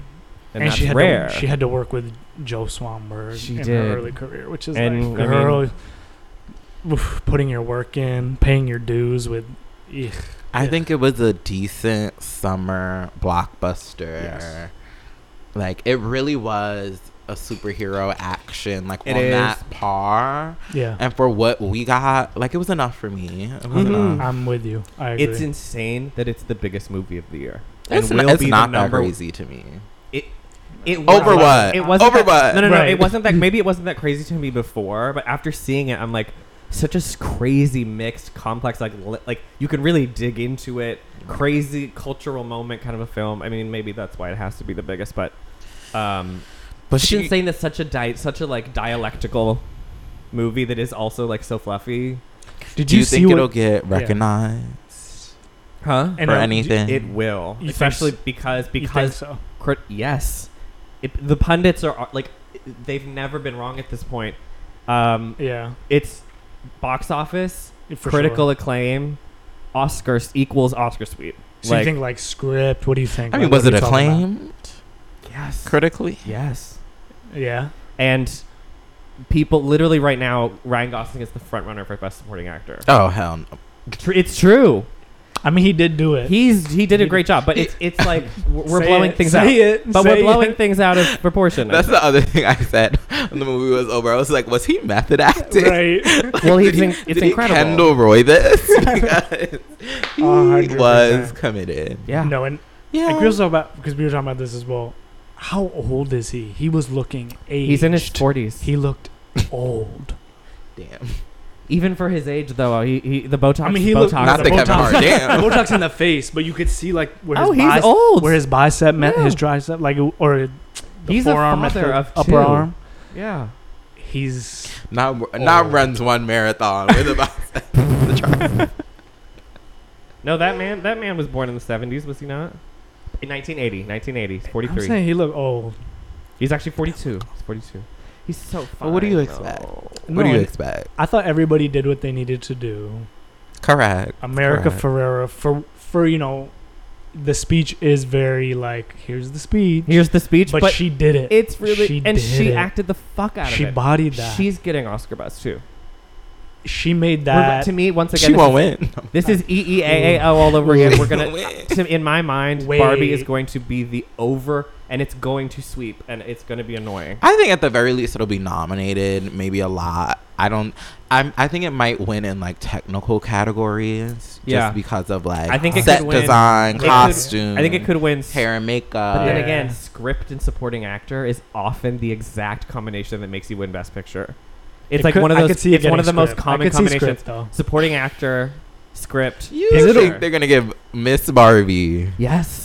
Speaker 1: and, that's
Speaker 2: she had
Speaker 1: rare.
Speaker 2: To, she had to work with Joe Swanberg
Speaker 1: She
Speaker 2: in
Speaker 1: did.
Speaker 2: her early career, which is
Speaker 1: And, I
Speaker 2: like girl, oof, putting your work in, paying your dues with. Eek.
Speaker 4: I
Speaker 2: Yeah.
Speaker 4: think it was a decent summer blockbuster.
Speaker 2: Yes.
Speaker 4: Like it really was a superhero action, like
Speaker 1: It
Speaker 4: on
Speaker 1: is.
Speaker 4: that par.
Speaker 2: Yeah,
Speaker 4: And for what we got, like it was enough for me. It was
Speaker 2: Mm-hmm.
Speaker 1: Mhm.
Speaker 4: enough.
Speaker 2: uh, I'm with you. I agree.
Speaker 1: it's insane that it's the biggest movie of the year.
Speaker 4: It's,
Speaker 1: and
Speaker 4: n-
Speaker 1: will
Speaker 4: it's
Speaker 1: be
Speaker 4: not
Speaker 1: the
Speaker 4: that
Speaker 1: number.
Speaker 4: crazy to me.
Speaker 1: It, it was-
Speaker 4: Over what?
Speaker 1: It wasn't
Speaker 4: Over
Speaker 1: that-
Speaker 4: what?
Speaker 1: No, no, no.
Speaker 2: Right.
Speaker 1: It wasn't that. Maybe it wasn't that crazy to me before, but after seeing it, I'm like, such a s- crazy, mixed, complex. Like, li- like you can really dig into it. Crazy cultural moment, kind of a film. I mean, maybe that's why it has to be the biggest. But, um,
Speaker 4: But
Speaker 1: it's
Speaker 4: she,
Speaker 1: insane that such a di- such a like dialectical movie that is also like so fluffy,
Speaker 2: Did
Speaker 4: do you think it'll
Speaker 2: what-
Speaker 4: get recognized
Speaker 1: huh?
Speaker 2: and,
Speaker 4: for
Speaker 2: uh,
Speaker 4: anything?
Speaker 1: It will,
Speaker 2: You think
Speaker 1: especially
Speaker 2: s-
Speaker 1: because
Speaker 2: do you think
Speaker 1: because
Speaker 2: so?
Speaker 1: Crit- yes, it, the pundits are are- like they've never been wrong at this point. Um,
Speaker 2: Yeah,
Speaker 1: it's box office,
Speaker 2: for
Speaker 1: critical
Speaker 2: Sure.
Speaker 1: acclaim, Oscars equals Oscar sweep.
Speaker 2: So you think like script? What do you think?
Speaker 4: I mean,
Speaker 2: Like,
Speaker 4: was
Speaker 2: what
Speaker 4: it
Speaker 2: are we talking about?
Speaker 4: acclaimed
Speaker 1: yes,
Speaker 4: critically?
Speaker 1: yes,
Speaker 2: Yeah.
Speaker 1: and people literally right now, Ryan Gosling is the front runner for best supporting actor.
Speaker 4: Oh hell no!
Speaker 1: Tr- It's true.
Speaker 2: I mean, he did do it.
Speaker 1: He's he did a
Speaker 2: He
Speaker 1: great job, but it's it's like we're we're
Speaker 2: Say
Speaker 1: blowing
Speaker 2: it,
Speaker 1: things
Speaker 2: say
Speaker 1: out.
Speaker 2: It,
Speaker 1: But
Speaker 2: say
Speaker 1: we're
Speaker 2: it.
Speaker 1: blowing things out of proportion.
Speaker 4: That's the other thing I said when the movie was over. I was like, was he method acting?
Speaker 2: Right.
Speaker 1: well,
Speaker 4: Did
Speaker 1: he's
Speaker 4: he-
Speaker 1: in, it's
Speaker 4: did he
Speaker 1: incredible.
Speaker 4: Kendall Roy this because he was
Speaker 2: 100%.
Speaker 4: committed.
Speaker 1: yeah,
Speaker 2: No, and
Speaker 4: Yeah.
Speaker 2: And Grizzle about because we were talking about this as well. How old is he? He was looking aged.
Speaker 1: he's in his forties.
Speaker 2: He looked old.
Speaker 4: Damn.
Speaker 1: Even for his age, though, he, he the Botox.
Speaker 2: I mean, he
Speaker 1: Botox.
Speaker 2: looked
Speaker 4: Not the Kevin Hart. Damn.
Speaker 2: Botox in the face, but you could see like where his
Speaker 1: oh, he's
Speaker 2: bice-
Speaker 1: old.
Speaker 2: where his bicep met
Speaker 1: Yeah.
Speaker 2: his tricep, like or the
Speaker 1: He's a
Speaker 2: forearm met
Speaker 1: father
Speaker 2: the
Speaker 1: of
Speaker 2: upper
Speaker 1: two.
Speaker 2: arm.
Speaker 1: yeah.
Speaker 2: He's
Speaker 4: Now, now
Speaker 2: Oh.
Speaker 4: runs one marathon with about
Speaker 1: No, that man. That man was born in the seventies, was he not? In 1980, 1980,
Speaker 2: I'm
Speaker 1: 43.
Speaker 2: saying he looked old.
Speaker 1: He's actually 42. He's 42. He's so fine.
Speaker 4: what do you
Speaker 1: though.
Speaker 4: expect?
Speaker 2: No,
Speaker 4: What do you
Speaker 2: and
Speaker 4: expect?
Speaker 2: I thought everybody did what they needed to do.
Speaker 4: Correct.
Speaker 2: America
Speaker 4: Correct.
Speaker 2: Ferrera for for you know the speech is very like here's the speech,
Speaker 1: Here's the speech,
Speaker 2: but,
Speaker 1: but,
Speaker 2: she did it.
Speaker 1: it's really
Speaker 2: she
Speaker 1: and
Speaker 2: did
Speaker 1: she
Speaker 2: it.
Speaker 1: acted the fuck out
Speaker 2: she
Speaker 1: of it.
Speaker 2: bodied that. She,
Speaker 1: She's getting Oscar buzz too.
Speaker 2: made
Speaker 1: We're-
Speaker 2: that
Speaker 1: to me, once again,
Speaker 4: she
Speaker 1: this
Speaker 4: won't
Speaker 1: is-
Speaker 4: win.
Speaker 1: This is E EEAAO all over again. We're gonna,
Speaker 4: Wait.
Speaker 1: to, in my mind,
Speaker 2: Wait.
Speaker 1: Barbie is going to be the over, and it's going to sweep, and it's going to be annoying.
Speaker 4: I think at the very least it'll be nominated, maybe a lot. I don't. I'm. I think it might win in like technical categories, just
Speaker 1: Yeah.
Speaker 4: because of like
Speaker 1: I think it
Speaker 4: set
Speaker 1: could win.
Speaker 4: design,
Speaker 1: It could-
Speaker 4: costume.
Speaker 1: I think it could win. s-
Speaker 4: hair and makeup.
Speaker 1: But then
Speaker 2: Yeah.
Speaker 1: again, script and supporting actor is often the exact combination that makes you win Best Picture. It's
Speaker 2: It
Speaker 1: like
Speaker 2: could-
Speaker 1: one of
Speaker 2: I
Speaker 1: those.
Speaker 2: could see it
Speaker 1: it's one
Speaker 2: getting
Speaker 1: of the most
Speaker 2: script. I
Speaker 1: common
Speaker 2: could see script,
Speaker 1: combinations:
Speaker 2: though.
Speaker 1: supporting actor, script.
Speaker 4: you
Speaker 2: Is it
Speaker 4: think
Speaker 1: a-
Speaker 4: they're gonna give Miss Barbie?
Speaker 1: Yes,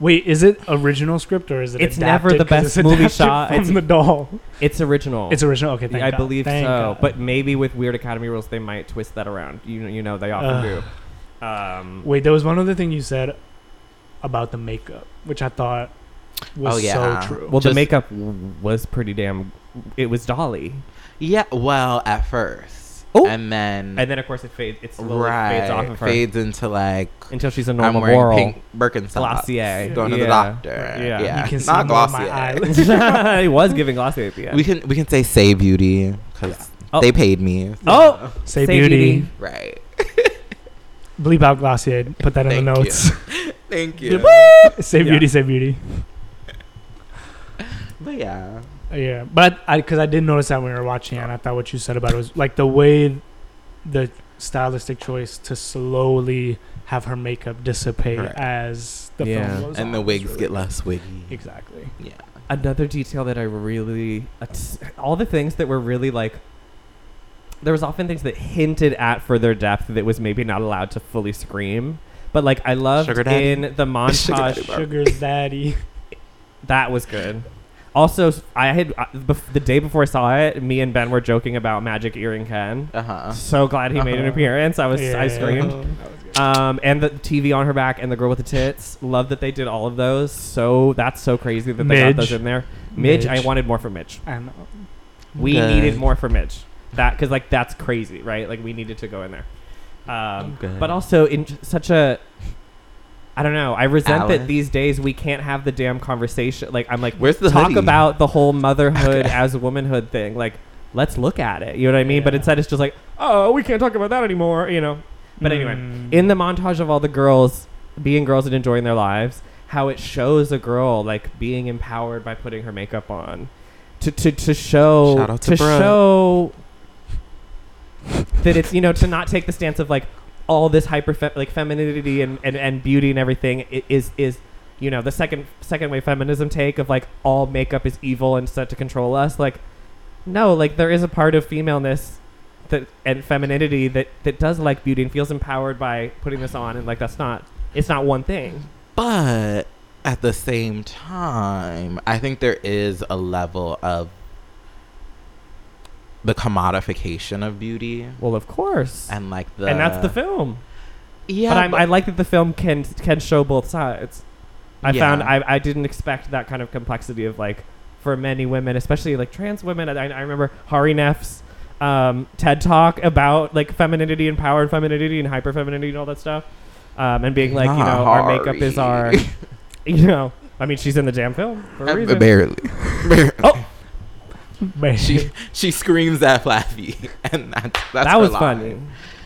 Speaker 2: Wait, is it original script or is it?
Speaker 1: It's never
Speaker 2: adapted
Speaker 1: the
Speaker 2: 'cause
Speaker 1: best
Speaker 2: it's
Speaker 1: movie
Speaker 2: adapted
Speaker 1: shot.
Speaker 2: from
Speaker 1: It's-
Speaker 2: the doll.
Speaker 1: it's
Speaker 4: Oh.
Speaker 1: original.
Speaker 2: It's original. Okay, thank
Speaker 1: I
Speaker 2: God.
Speaker 1: believe
Speaker 2: Thank
Speaker 1: so,
Speaker 2: God.
Speaker 1: but maybe with weird Academy rules, they might twist that around. You you know they often do. Um,
Speaker 2: wait, there was one other thing you said about the makeup, which I thought was
Speaker 4: Oh, yeah.
Speaker 2: so true.
Speaker 1: well, the
Speaker 4: Just-
Speaker 1: makeup w- was pretty damn. It was Dolly,
Speaker 4: Yeah. Well, at first,
Speaker 1: Oh.
Speaker 4: and
Speaker 2: Mm.
Speaker 4: then
Speaker 1: and then of course it fades. It slowly
Speaker 4: right
Speaker 1: fades off of her
Speaker 4: fades into like
Speaker 1: until she's a
Speaker 4: I'm
Speaker 1: normal
Speaker 4: wearing
Speaker 1: girl.
Speaker 4: pink Birkenstocks,
Speaker 1: Glossier.
Speaker 4: going to the
Speaker 1: Yeah.
Speaker 4: doctor.
Speaker 1: Yeah.
Speaker 4: Yeah,
Speaker 2: You can see
Speaker 4: not
Speaker 2: more of my
Speaker 4: Glossier.
Speaker 2: eyelids.
Speaker 1: he was giving glossy at the end.
Speaker 4: We can we can say say beauty because
Speaker 1: Oh.
Speaker 4: they paid me.
Speaker 1: oh,
Speaker 2: Say,
Speaker 1: Say
Speaker 2: beauty.
Speaker 1: beauty.
Speaker 4: Right.
Speaker 2: Bleep out Glossier. Put that in the
Speaker 4: Thank you.
Speaker 2: notes.
Speaker 4: Thank
Speaker 1: Yeah.
Speaker 4: you.
Speaker 2: say
Speaker 1: Yeah.
Speaker 2: beauty. Say beauty.
Speaker 4: But yeah.
Speaker 2: Yeah, but I because I did notice that when we were watching, it, and I thought what you said about it was like the way the stylistic choice to slowly have her makeup dissipate
Speaker 4: Correct.
Speaker 2: as the
Speaker 1: Yeah.
Speaker 2: film goes on
Speaker 4: And the
Speaker 2: was
Speaker 4: wigs
Speaker 2: really
Speaker 4: get
Speaker 2: good.
Speaker 4: less wiggy.
Speaker 2: Exactly.
Speaker 4: Yeah.
Speaker 1: another detail that I really it's- all the things that were really like there was often things that hinted at further depth that was maybe not allowed to fully scream. But like I loved
Speaker 4: Sugar daddy?
Speaker 1: in the montage
Speaker 4: daddy.
Speaker 2: Sugar's daddy.
Speaker 1: That was good. Also, s- I had uh, bef- the day before I saw it, me and Ben were joking about Magic Earring Ken.
Speaker 4: Uh huh.
Speaker 1: So glad he made an
Speaker 2: Uh-huh.
Speaker 1: appearance. I was I
Speaker 2: Yeah.
Speaker 1: screamed. Um, and the TV on her back and the girl with the tits. Love that they did all of those. So that's so crazy that they got
Speaker 2: Midge.
Speaker 1: those in there. Midge, I
Speaker 2: Midge.
Speaker 1: wanted more from Midge.
Speaker 2: And
Speaker 1: We
Speaker 4: Good.
Speaker 1: needed more from Midge. That because like that's crazy, right? Like we needed to go in there. Um,
Speaker 4: Good.
Speaker 1: but also in j- such a I don't know. I resent that
Speaker 4: Alice?
Speaker 1: these days we can't have the damn conversation. Like I'm like
Speaker 4: Where's the
Speaker 1: talk
Speaker 4: hoodie?
Speaker 1: about the whole motherhood as womanhood thing. Like let's look at it. You know what I mean? But
Speaker 2: Yeah.
Speaker 1: instead it's just like, "Oh, we can't talk about that anymore," you know. But anyway,
Speaker 2: Mm,
Speaker 1: in the montage of all the girls being girls and enjoying their lives, how it shows a girl like being empowered by putting her makeup on, to to to show
Speaker 4: Shout out to Brooke.
Speaker 1: show that it's you know to not take the stance of like all this hyper fe- like femininity and, and and beauty and everything i- is is you know the second second wave feminism take of like all makeup is evil and set to control us like no like there is a part of femaleness that and femininity that that does like beauty and feels empowered by putting this on and like that's not it's not one thing
Speaker 4: But at the same time, I think there is a level of the commodification of beauty
Speaker 1: well of course and,
Speaker 4: and uh, like the
Speaker 1: that's the film
Speaker 4: yeah.
Speaker 1: but, I'm,
Speaker 4: but-
Speaker 1: I like that the film can can show both sides. I
Speaker 4: Yeah.
Speaker 1: found I, I didn't expect that kind of complexity of like for many women, especially like trans women. I, I remember Hari Neff's um, TED talk about like femininity and power and femininity and hyper femininity and all that stuff, um, and being like you know
Speaker 4: Not
Speaker 1: our makeup is our
Speaker 4: Hari.
Speaker 1: you know I mean she's in the damn film for a reason.
Speaker 4: barely.
Speaker 2: Man.
Speaker 4: Oh. she she screams at Flappy, and that's, that's
Speaker 1: that
Speaker 4: her
Speaker 1: was
Speaker 4: line.
Speaker 1: funny.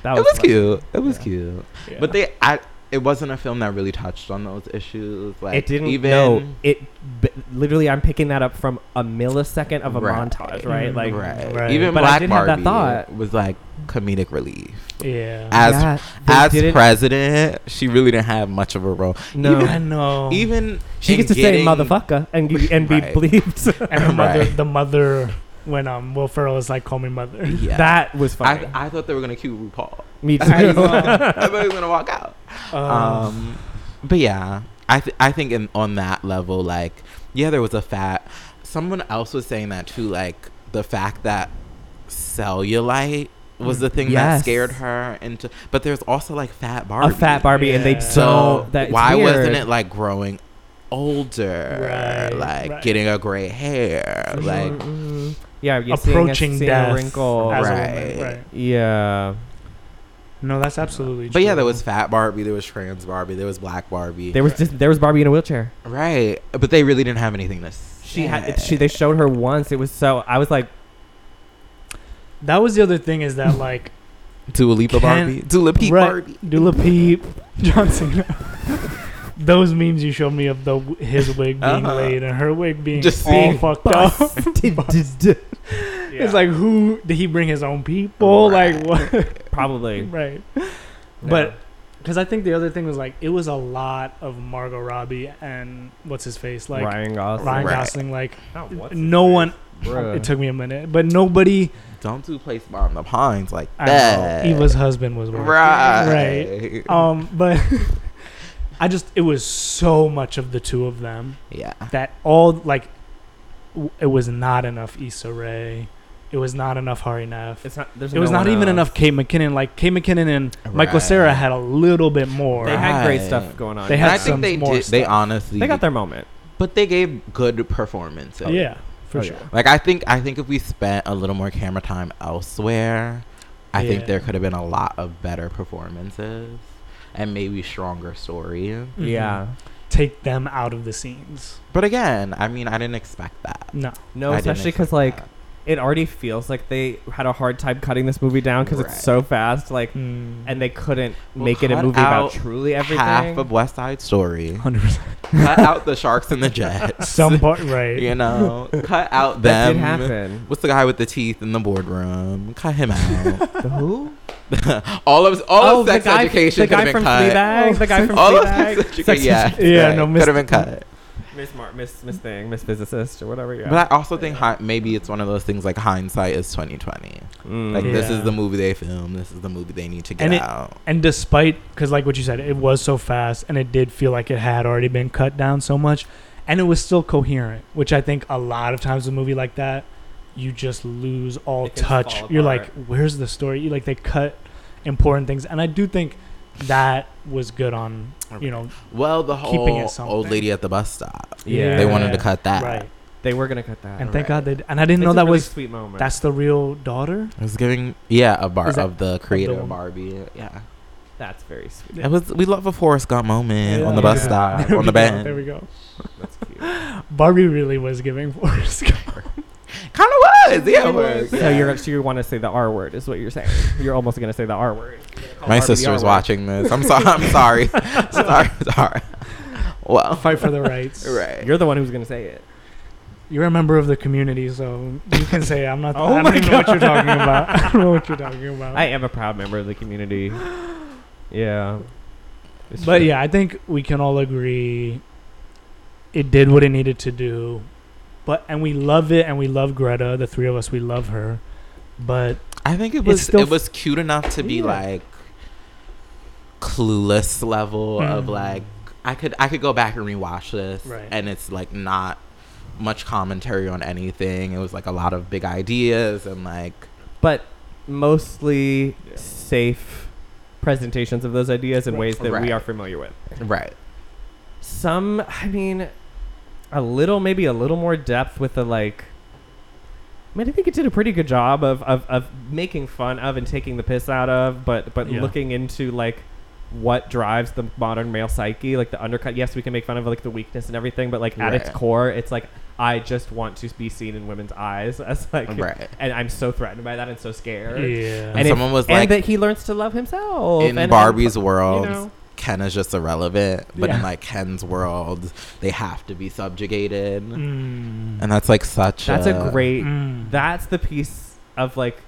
Speaker 1: That
Speaker 4: it was
Speaker 1: funny.
Speaker 4: cute. It was
Speaker 1: Yeah.
Speaker 4: cute.
Speaker 2: Yeah.
Speaker 4: But they, I, it wasn't a film that really touched on those issues. Like
Speaker 1: it didn't
Speaker 4: even
Speaker 1: no it b- literally i'm picking that up from a millisecond of a
Speaker 4: Right.
Speaker 1: montage right like
Speaker 4: right.
Speaker 2: Right.
Speaker 4: Even
Speaker 1: But I
Speaker 4: Black
Speaker 1: did have
Speaker 4: Barbie
Speaker 1: that thought.
Speaker 4: was like comedic relief.
Speaker 2: yeah.
Speaker 4: As
Speaker 1: yeah, they
Speaker 4: As
Speaker 1: didn't-
Speaker 4: president, she really didn't have much of a role.
Speaker 1: no
Speaker 2: I know.
Speaker 4: Even
Speaker 1: She
Speaker 4: in
Speaker 1: gets to
Speaker 4: getting-
Speaker 1: say motherfucker and be- and be
Speaker 4: Right.
Speaker 1: bleeped.
Speaker 2: and the mother,
Speaker 4: Right.
Speaker 2: the mother, when um Will Ferrell is like, "Call me mother."
Speaker 4: Yeah.
Speaker 1: That was funny.
Speaker 4: I, I thought they were gonna cue RuPaul.
Speaker 1: Me too.
Speaker 4: I thought he was gonna walk out.
Speaker 1: Uh.
Speaker 2: Um,
Speaker 4: um but yeah i th- i think in, on that level like yeah there was a fat someone else was saying that too like the fact that cellulite was the thing
Speaker 1: Mm. Yes.
Speaker 4: that scared her into but there's also like fat
Speaker 1: a
Speaker 4: barbie
Speaker 1: fat Barbie, and they
Speaker 2: Yeah.
Speaker 4: so
Speaker 1: don't. That
Speaker 4: why
Speaker 1: weird.
Speaker 4: wasn't it like growing older
Speaker 2: Right,
Speaker 4: like
Speaker 2: right.
Speaker 4: getting a gray hair
Speaker 2: For
Speaker 4: like
Speaker 1: Mm, mm. Mm-hmm, yeah, you're seeing a-
Speaker 2: approaching
Speaker 1: seeing a
Speaker 2: death
Speaker 1: wrinkle.
Speaker 2: as a
Speaker 4: Right.
Speaker 2: woman, right?
Speaker 1: Yeah,
Speaker 2: No, that's absolutely true.
Speaker 4: But yeah, there was fat Barbie, there was trans Barbie, there was black Barbie.
Speaker 1: There was just, there was Barbie in a wheelchair.
Speaker 4: right, but they really didn't have anything to. Say.
Speaker 1: She had she they showed her once. It was so I was like,
Speaker 2: That was the other thing is that like
Speaker 4: Dua Lipa
Speaker 2: Can-
Speaker 4: Barbie, Dua Lipa
Speaker 2: Right.
Speaker 4: Barbie.
Speaker 2: Dula Peep, John Cena. Those memes you showed me of the his wig being
Speaker 4: Uh-huh.
Speaker 2: laid and her wig being
Speaker 4: Just
Speaker 2: all
Speaker 4: being
Speaker 2: fucked up.
Speaker 1: busted.
Speaker 2: It's like who did he bring his own people? Like what?
Speaker 1: probably,
Speaker 2: right.
Speaker 1: but
Speaker 2: But because I think the other thing was like it was a lot of Margot Robbie and what's his face like
Speaker 1: Ryan Gosling.
Speaker 2: Ryan
Speaker 4: Right.
Speaker 2: Gosling. Like
Speaker 1: Not what's his
Speaker 2: no
Speaker 1: face. Uh,
Speaker 2: one.
Speaker 1: Bruh.
Speaker 2: It took me a minute, but nobody.
Speaker 4: Don't do place mom the pines like
Speaker 2: I
Speaker 4: that.
Speaker 2: know, Eva's husband was working.
Speaker 4: right,
Speaker 2: Um, but I just it was so much of the two of them.
Speaker 4: yeah.
Speaker 2: that all like w- it was not enough Issa Rae, it was not enough Hari Neff.
Speaker 1: It's not. There's
Speaker 2: It was
Speaker 1: no
Speaker 2: not
Speaker 1: one
Speaker 2: even
Speaker 1: else.
Speaker 2: enough Kate McKinnon. Like Kate McKinnon and Michael
Speaker 4: Right.
Speaker 2: Sarah had a little bit more.
Speaker 1: They had great
Speaker 4: Right.
Speaker 1: stuff going on.
Speaker 2: They
Speaker 1: yeah.
Speaker 4: And
Speaker 2: had
Speaker 4: I
Speaker 2: some
Speaker 4: think they
Speaker 2: more
Speaker 4: did. They
Speaker 2: stuff.
Speaker 4: honestly
Speaker 1: They got their moment.
Speaker 4: but they gave good performances.
Speaker 2: yeah, for
Speaker 1: Oh,
Speaker 2: sure.
Speaker 1: yeah.
Speaker 4: Like I think I think if we spent a little more camera time elsewhere, I
Speaker 2: Yeah.
Speaker 4: think there could have been a lot of better performances and maybe stronger stories.
Speaker 2: Mhm.
Speaker 1: Yeah.
Speaker 2: Take them out of the scenes.
Speaker 4: But again, I mean, I didn't expect that.
Speaker 2: No,
Speaker 1: No,
Speaker 4: I didn't
Speaker 1: especially
Speaker 4: expect
Speaker 1: because like
Speaker 4: that.
Speaker 1: it already feels like they had a hard time cutting this movie down because
Speaker 4: Right.
Speaker 1: it's so fast. Like, and they couldn't make it a
Speaker 4: cut
Speaker 1: movie about
Speaker 4: out
Speaker 1: truly everything.
Speaker 4: half of West Side Story,
Speaker 2: hundred percent.
Speaker 4: cut out the sharks and the jets.
Speaker 2: Some part right.
Speaker 4: you know, cut out
Speaker 1: that
Speaker 4: them.
Speaker 1: did happen.
Speaker 4: What's the guy with the teeth in the boardroom? Cut him out.
Speaker 1: The who?
Speaker 4: all of all of Oh, sex education
Speaker 1: Oh, the
Speaker 4: could have
Speaker 1: guy
Speaker 4: been
Speaker 1: from
Speaker 4: cut.
Speaker 1: Fleabag, the guy from
Speaker 4: All of sex
Speaker 1: Fleabag,
Speaker 4: education, yeah,
Speaker 2: Yeah, no,
Speaker 4: could have
Speaker 2: Mr.
Speaker 4: been cut.
Speaker 1: Miss Mar- Miss Miss Thing, Miss Physicist, or whatever. Yeah.
Speaker 4: But I also think hi- maybe it's one of those things like hindsight is twenty twenty.
Speaker 1: Mm.
Speaker 4: Like this
Speaker 2: Yeah.
Speaker 4: is the movie they filmed. This is the movie they need to get
Speaker 2: And it-
Speaker 4: out.
Speaker 2: And despite, because like what you said, it was so fast, and it did feel like it had already been cut down so much, and it was still coherent. Which I think a lot of times a movie like that, you just lose all
Speaker 1: It can
Speaker 2: touch.
Speaker 1: fall
Speaker 2: You're like,
Speaker 1: apart.
Speaker 2: where's the story? You, like they cut important things, and I do think that was good on you know
Speaker 4: Well, the
Speaker 2: keeping
Speaker 4: whole
Speaker 2: it something.
Speaker 4: old lady at the bus stop.
Speaker 1: Yeah.
Speaker 4: They wanted to
Speaker 2: Yeah.
Speaker 4: cut that.
Speaker 2: right,
Speaker 1: they were gonna cut that.
Speaker 2: and thank
Speaker 4: Ah,
Speaker 2: God
Speaker 4: Right.
Speaker 2: they did. And I didn't
Speaker 1: It's
Speaker 2: know
Speaker 1: a
Speaker 2: that
Speaker 1: really
Speaker 2: was
Speaker 1: sweet moment.
Speaker 2: that's the real daughter.
Speaker 4: It was giving yeah a bar
Speaker 2: Is that-
Speaker 4: of the creator
Speaker 2: one-
Speaker 4: Barbie. Yeah,
Speaker 1: that's very sweet.
Speaker 4: it was. We love a Forrest Gump moment on the bus
Speaker 2: Yeah.
Speaker 4: stop
Speaker 2: There
Speaker 4: on
Speaker 2: we go,
Speaker 4: the bench.
Speaker 2: There we go.
Speaker 1: That's cute.
Speaker 2: Barbie really was giving Forrest. Gump.
Speaker 4: Kind of was. Yeah,
Speaker 2: It
Speaker 4: it was.
Speaker 1: So you're so you want to say the R word is what you're saying. You're almost gonna say the R word. You're gonna call
Speaker 4: My
Speaker 1: Barbie the R
Speaker 4: sister's
Speaker 1: word.
Speaker 4: watching this. I'm sorry. I'm sorry. sorry. Sorry. Well,
Speaker 2: Fight for the rights.
Speaker 4: right.
Speaker 1: You're the one who's gonna say it.
Speaker 2: You're a member of the community, so you can say I'm not.
Speaker 1: Oh
Speaker 2: I
Speaker 1: my
Speaker 2: don't even know what you're talking about. I don't know what you're talking about.
Speaker 1: I am a proud member of the community. Yeah. It's
Speaker 2: but
Speaker 1: true.
Speaker 2: yeah, I think we can all agree it did what it needed to do. But and we love it, and we love Greta. The three of us, we love her. But
Speaker 4: I think it
Speaker 2: It's
Speaker 4: was
Speaker 2: still
Speaker 4: it was cute enough to be
Speaker 2: Yeah.
Speaker 4: like clueless level of
Speaker 2: Mm.
Speaker 4: like I could I could go back and rewatch this
Speaker 2: Right.
Speaker 4: and it's like not much commentary on anything. It was like a lot of big ideas and like
Speaker 1: but mostly
Speaker 4: Yeah.
Speaker 1: safe presentations of those ideas in
Speaker 2: Right.
Speaker 1: ways that
Speaker 4: Right.
Speaker 1: we are familiar with.
Speaker 4: right.
Speaker 1: Some, I mean, a little, maybe a little more depth with the like. I mean, I think it did a pretty good job of, of, of making fun of and taking the piss out of, but but
Speaker 2: Yeah.
Speaker 1: looking into like what drives the modern male psyche, like the undercut. Yes, we can make fun of like the weakness and everything, but like at its
Speaker 4: Right.
Speaker 1: core, it's like I just want to be seen in women's eyes as like,
Speaker 4: Right.
Speaker 1: and I'm so threatened by that and so scared.
Speaker 2: yeah,
Speaker 4: And
Speaker 1: if-
Speaker 4: someone was
Speaker 1: and
Speaker 4: like-
Speaker 1: that he learns to love himself
Speaker 4: In
Speaker 1: and-
Speaker 4: Barbie's world,
Speaker 1: and, you know,
Speaker 4: Ken is just irrelevant, but
Speaker 2: Yeah.
Speaker 4: in like Ken's world, they have to be subjugated.
Speaker 2: Mm.
Speaker 4: And that's like such
Speaker 1: that's a great.
Speaker 2: Mm.
Speaker 1: That's the piece of like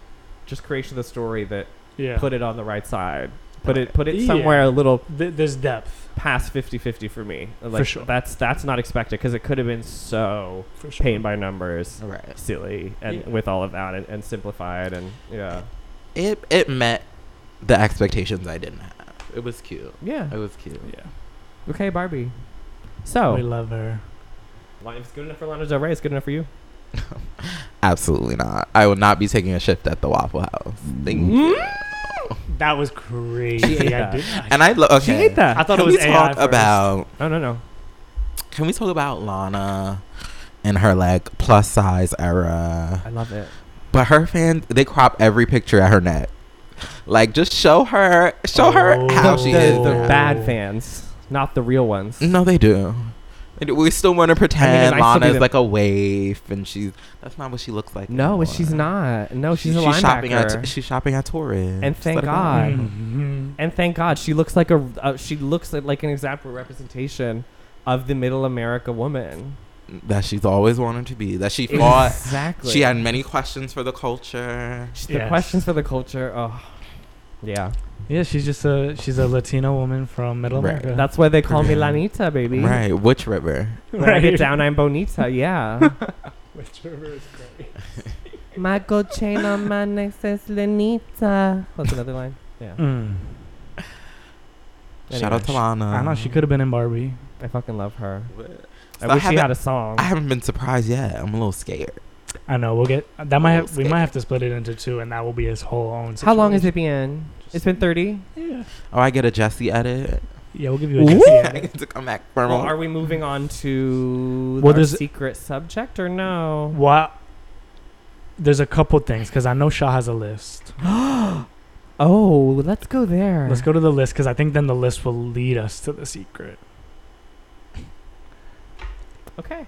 Speaker 1: just creation of the story that
Speaker 2: yeah.
Speaker 1: put it on the right side. Put it put it
Speaker 2: Yeah.
Speaker 1: somewhere a little
Speaker 2: Th- there's depth
Speaker 1: past 50-50 for me. Like,
Speaker 2: sure.
Speaker 1: That's that's not expected because it could have been so
Speaker 2: for sure.
Speaker 1: pain by numbers,
Speaker 4: right.
Speaker 1: silly, and
Speaker 2: Yeah.
Speaker 1: with all of that and, and simplified and yeah
Speaker 4: It it met the expectations I didn't have. It was cute.
Speaker 1: yeah
Speaker 4: It was cute.
Speaker 2: Yeah,
Speaker 1: okay Barbie.
Speaker 2: we
Speaker 1: So
Speaker 2: love her.
Speaker 1: if it's good enough for Lana Del Rey, it's good enough for you.
Speaker 4: Absolutely not. I will not be taking a shift at the Waffle House. Thank you.
Speaker 2: That was crazy.
Speaker 1: Yeah.
Speaker 2: I did.
Speaker 4: And I love.
Speaker 1: She
Speaker 4: Okay.
Speaker 1: ate that.
Speaker 2: I thought
Speaker 4: Can
Speaker 2: it was
Speaker 4: we
Speaker 2: AI
Speaker 4: talk
Speaker 2: first.
Speaker 4: about?
Speaker 1: Oh no no.
Speaker 4: Can we talk about Lana and her like plus size era?
Speaker 1: I love it.
Speaker 4: But her fans, they crop every picture at her neck. Like, just show her, show her how
Speaker 1: the,
Speaker 4: she
Speaker 1: the-
Speaker 4: is.
Speaker 1: the
Speaker 4: now.
Speaker 1: bad fans, not the real ones.
Speaker 4: No, they do. They do. We still want to pretend
Speaker 1: I still do
Speaker 4: Lana's
Speaker 1: them.
Speaker 4: like a waif, and she's—that's not what she looks like.
Speaker 1: No,
Speaker 4: anymore.
Speaker 1: she's not. No, she's a
Speaker 4: she's
Speaker 1: linebacker.
Speaker 4: shopping at she's shopping at Torres.
Speaker 1: And
Speaker 4: Just
Speaker 1: thank
Speaker 4: let it go.
Speaker 1: God.
Speaker 2: Mhm.
Speaker 1: and thank God she looks like a uh, she looks like, like an example representation of the middle America woman.
Speaker 4: that she's always wanted to be. That she fought.
Speaker 1: exactly.
Speaker 4: She had many questions for the culture.
Speaker 1: the
Speaker 2: Yes.
Speaker 1: questions for the culture. Oh, yeah.
Speaker 2: Yeah, she's just a she's a Latina woman from Middle
Speaker 4: Right.
Speaker 2: America.
Speaker 1: That's why they call me Lanita, baby.
Speaker 4: Right, which river?
Speaker 1: When I get down, I'm bonita. Yeah.
Speaker 2: Which river is great.
Speaker 1: my gold chain on my neck says Lanita. That's another line. Yeah.
Speaker 2: Mm.
Speaker 4: Shout out to Lana.
Speaker 2: I know she could have been in Barbie.
Speaker 1: I fucking love her.
Speaker 4: So
Speaker 1: I
Speaker 4: I
Speaker 1: wish she
Speaker 4: haven't-
Speaker 1: had a song.
Speaker 4: I haven't been surprised yet. I'm a little scared.
Speaker 2: I know we'll get that might
Speaker 4: little
Speaker 2: have, we might have to split it into two, and that will be his whole own.
Speaker 1: How long has
Speaker 2: situation.
Speaker 1: it been? It's been 30?
Speaker 2: Yeah,
Speaker 4: Oh, I get a Jesse edit.
Speaker 2: yeah, we'll give you a
Speaker 1: Ooh.
Speaker 2: Jesse
Speaker 4: I
Speaker 2: edit.
Speaker 4: need to come back
Speaker 1: Well,
Speaker 4: formal.
Speaker 1: are we moving on to
Speaker 2: Well,
Speaker 1: our
Speaker 2: there's-
Speaker 1: secret subject or no?
Speaker 2: What? There's a couple things because I know Shaw has a list.
Speaker 1: Oh, let's go there.
Speaker 2: Let's go to the list because I think then the list will lead us to the secret.
Speaker 1: Okay.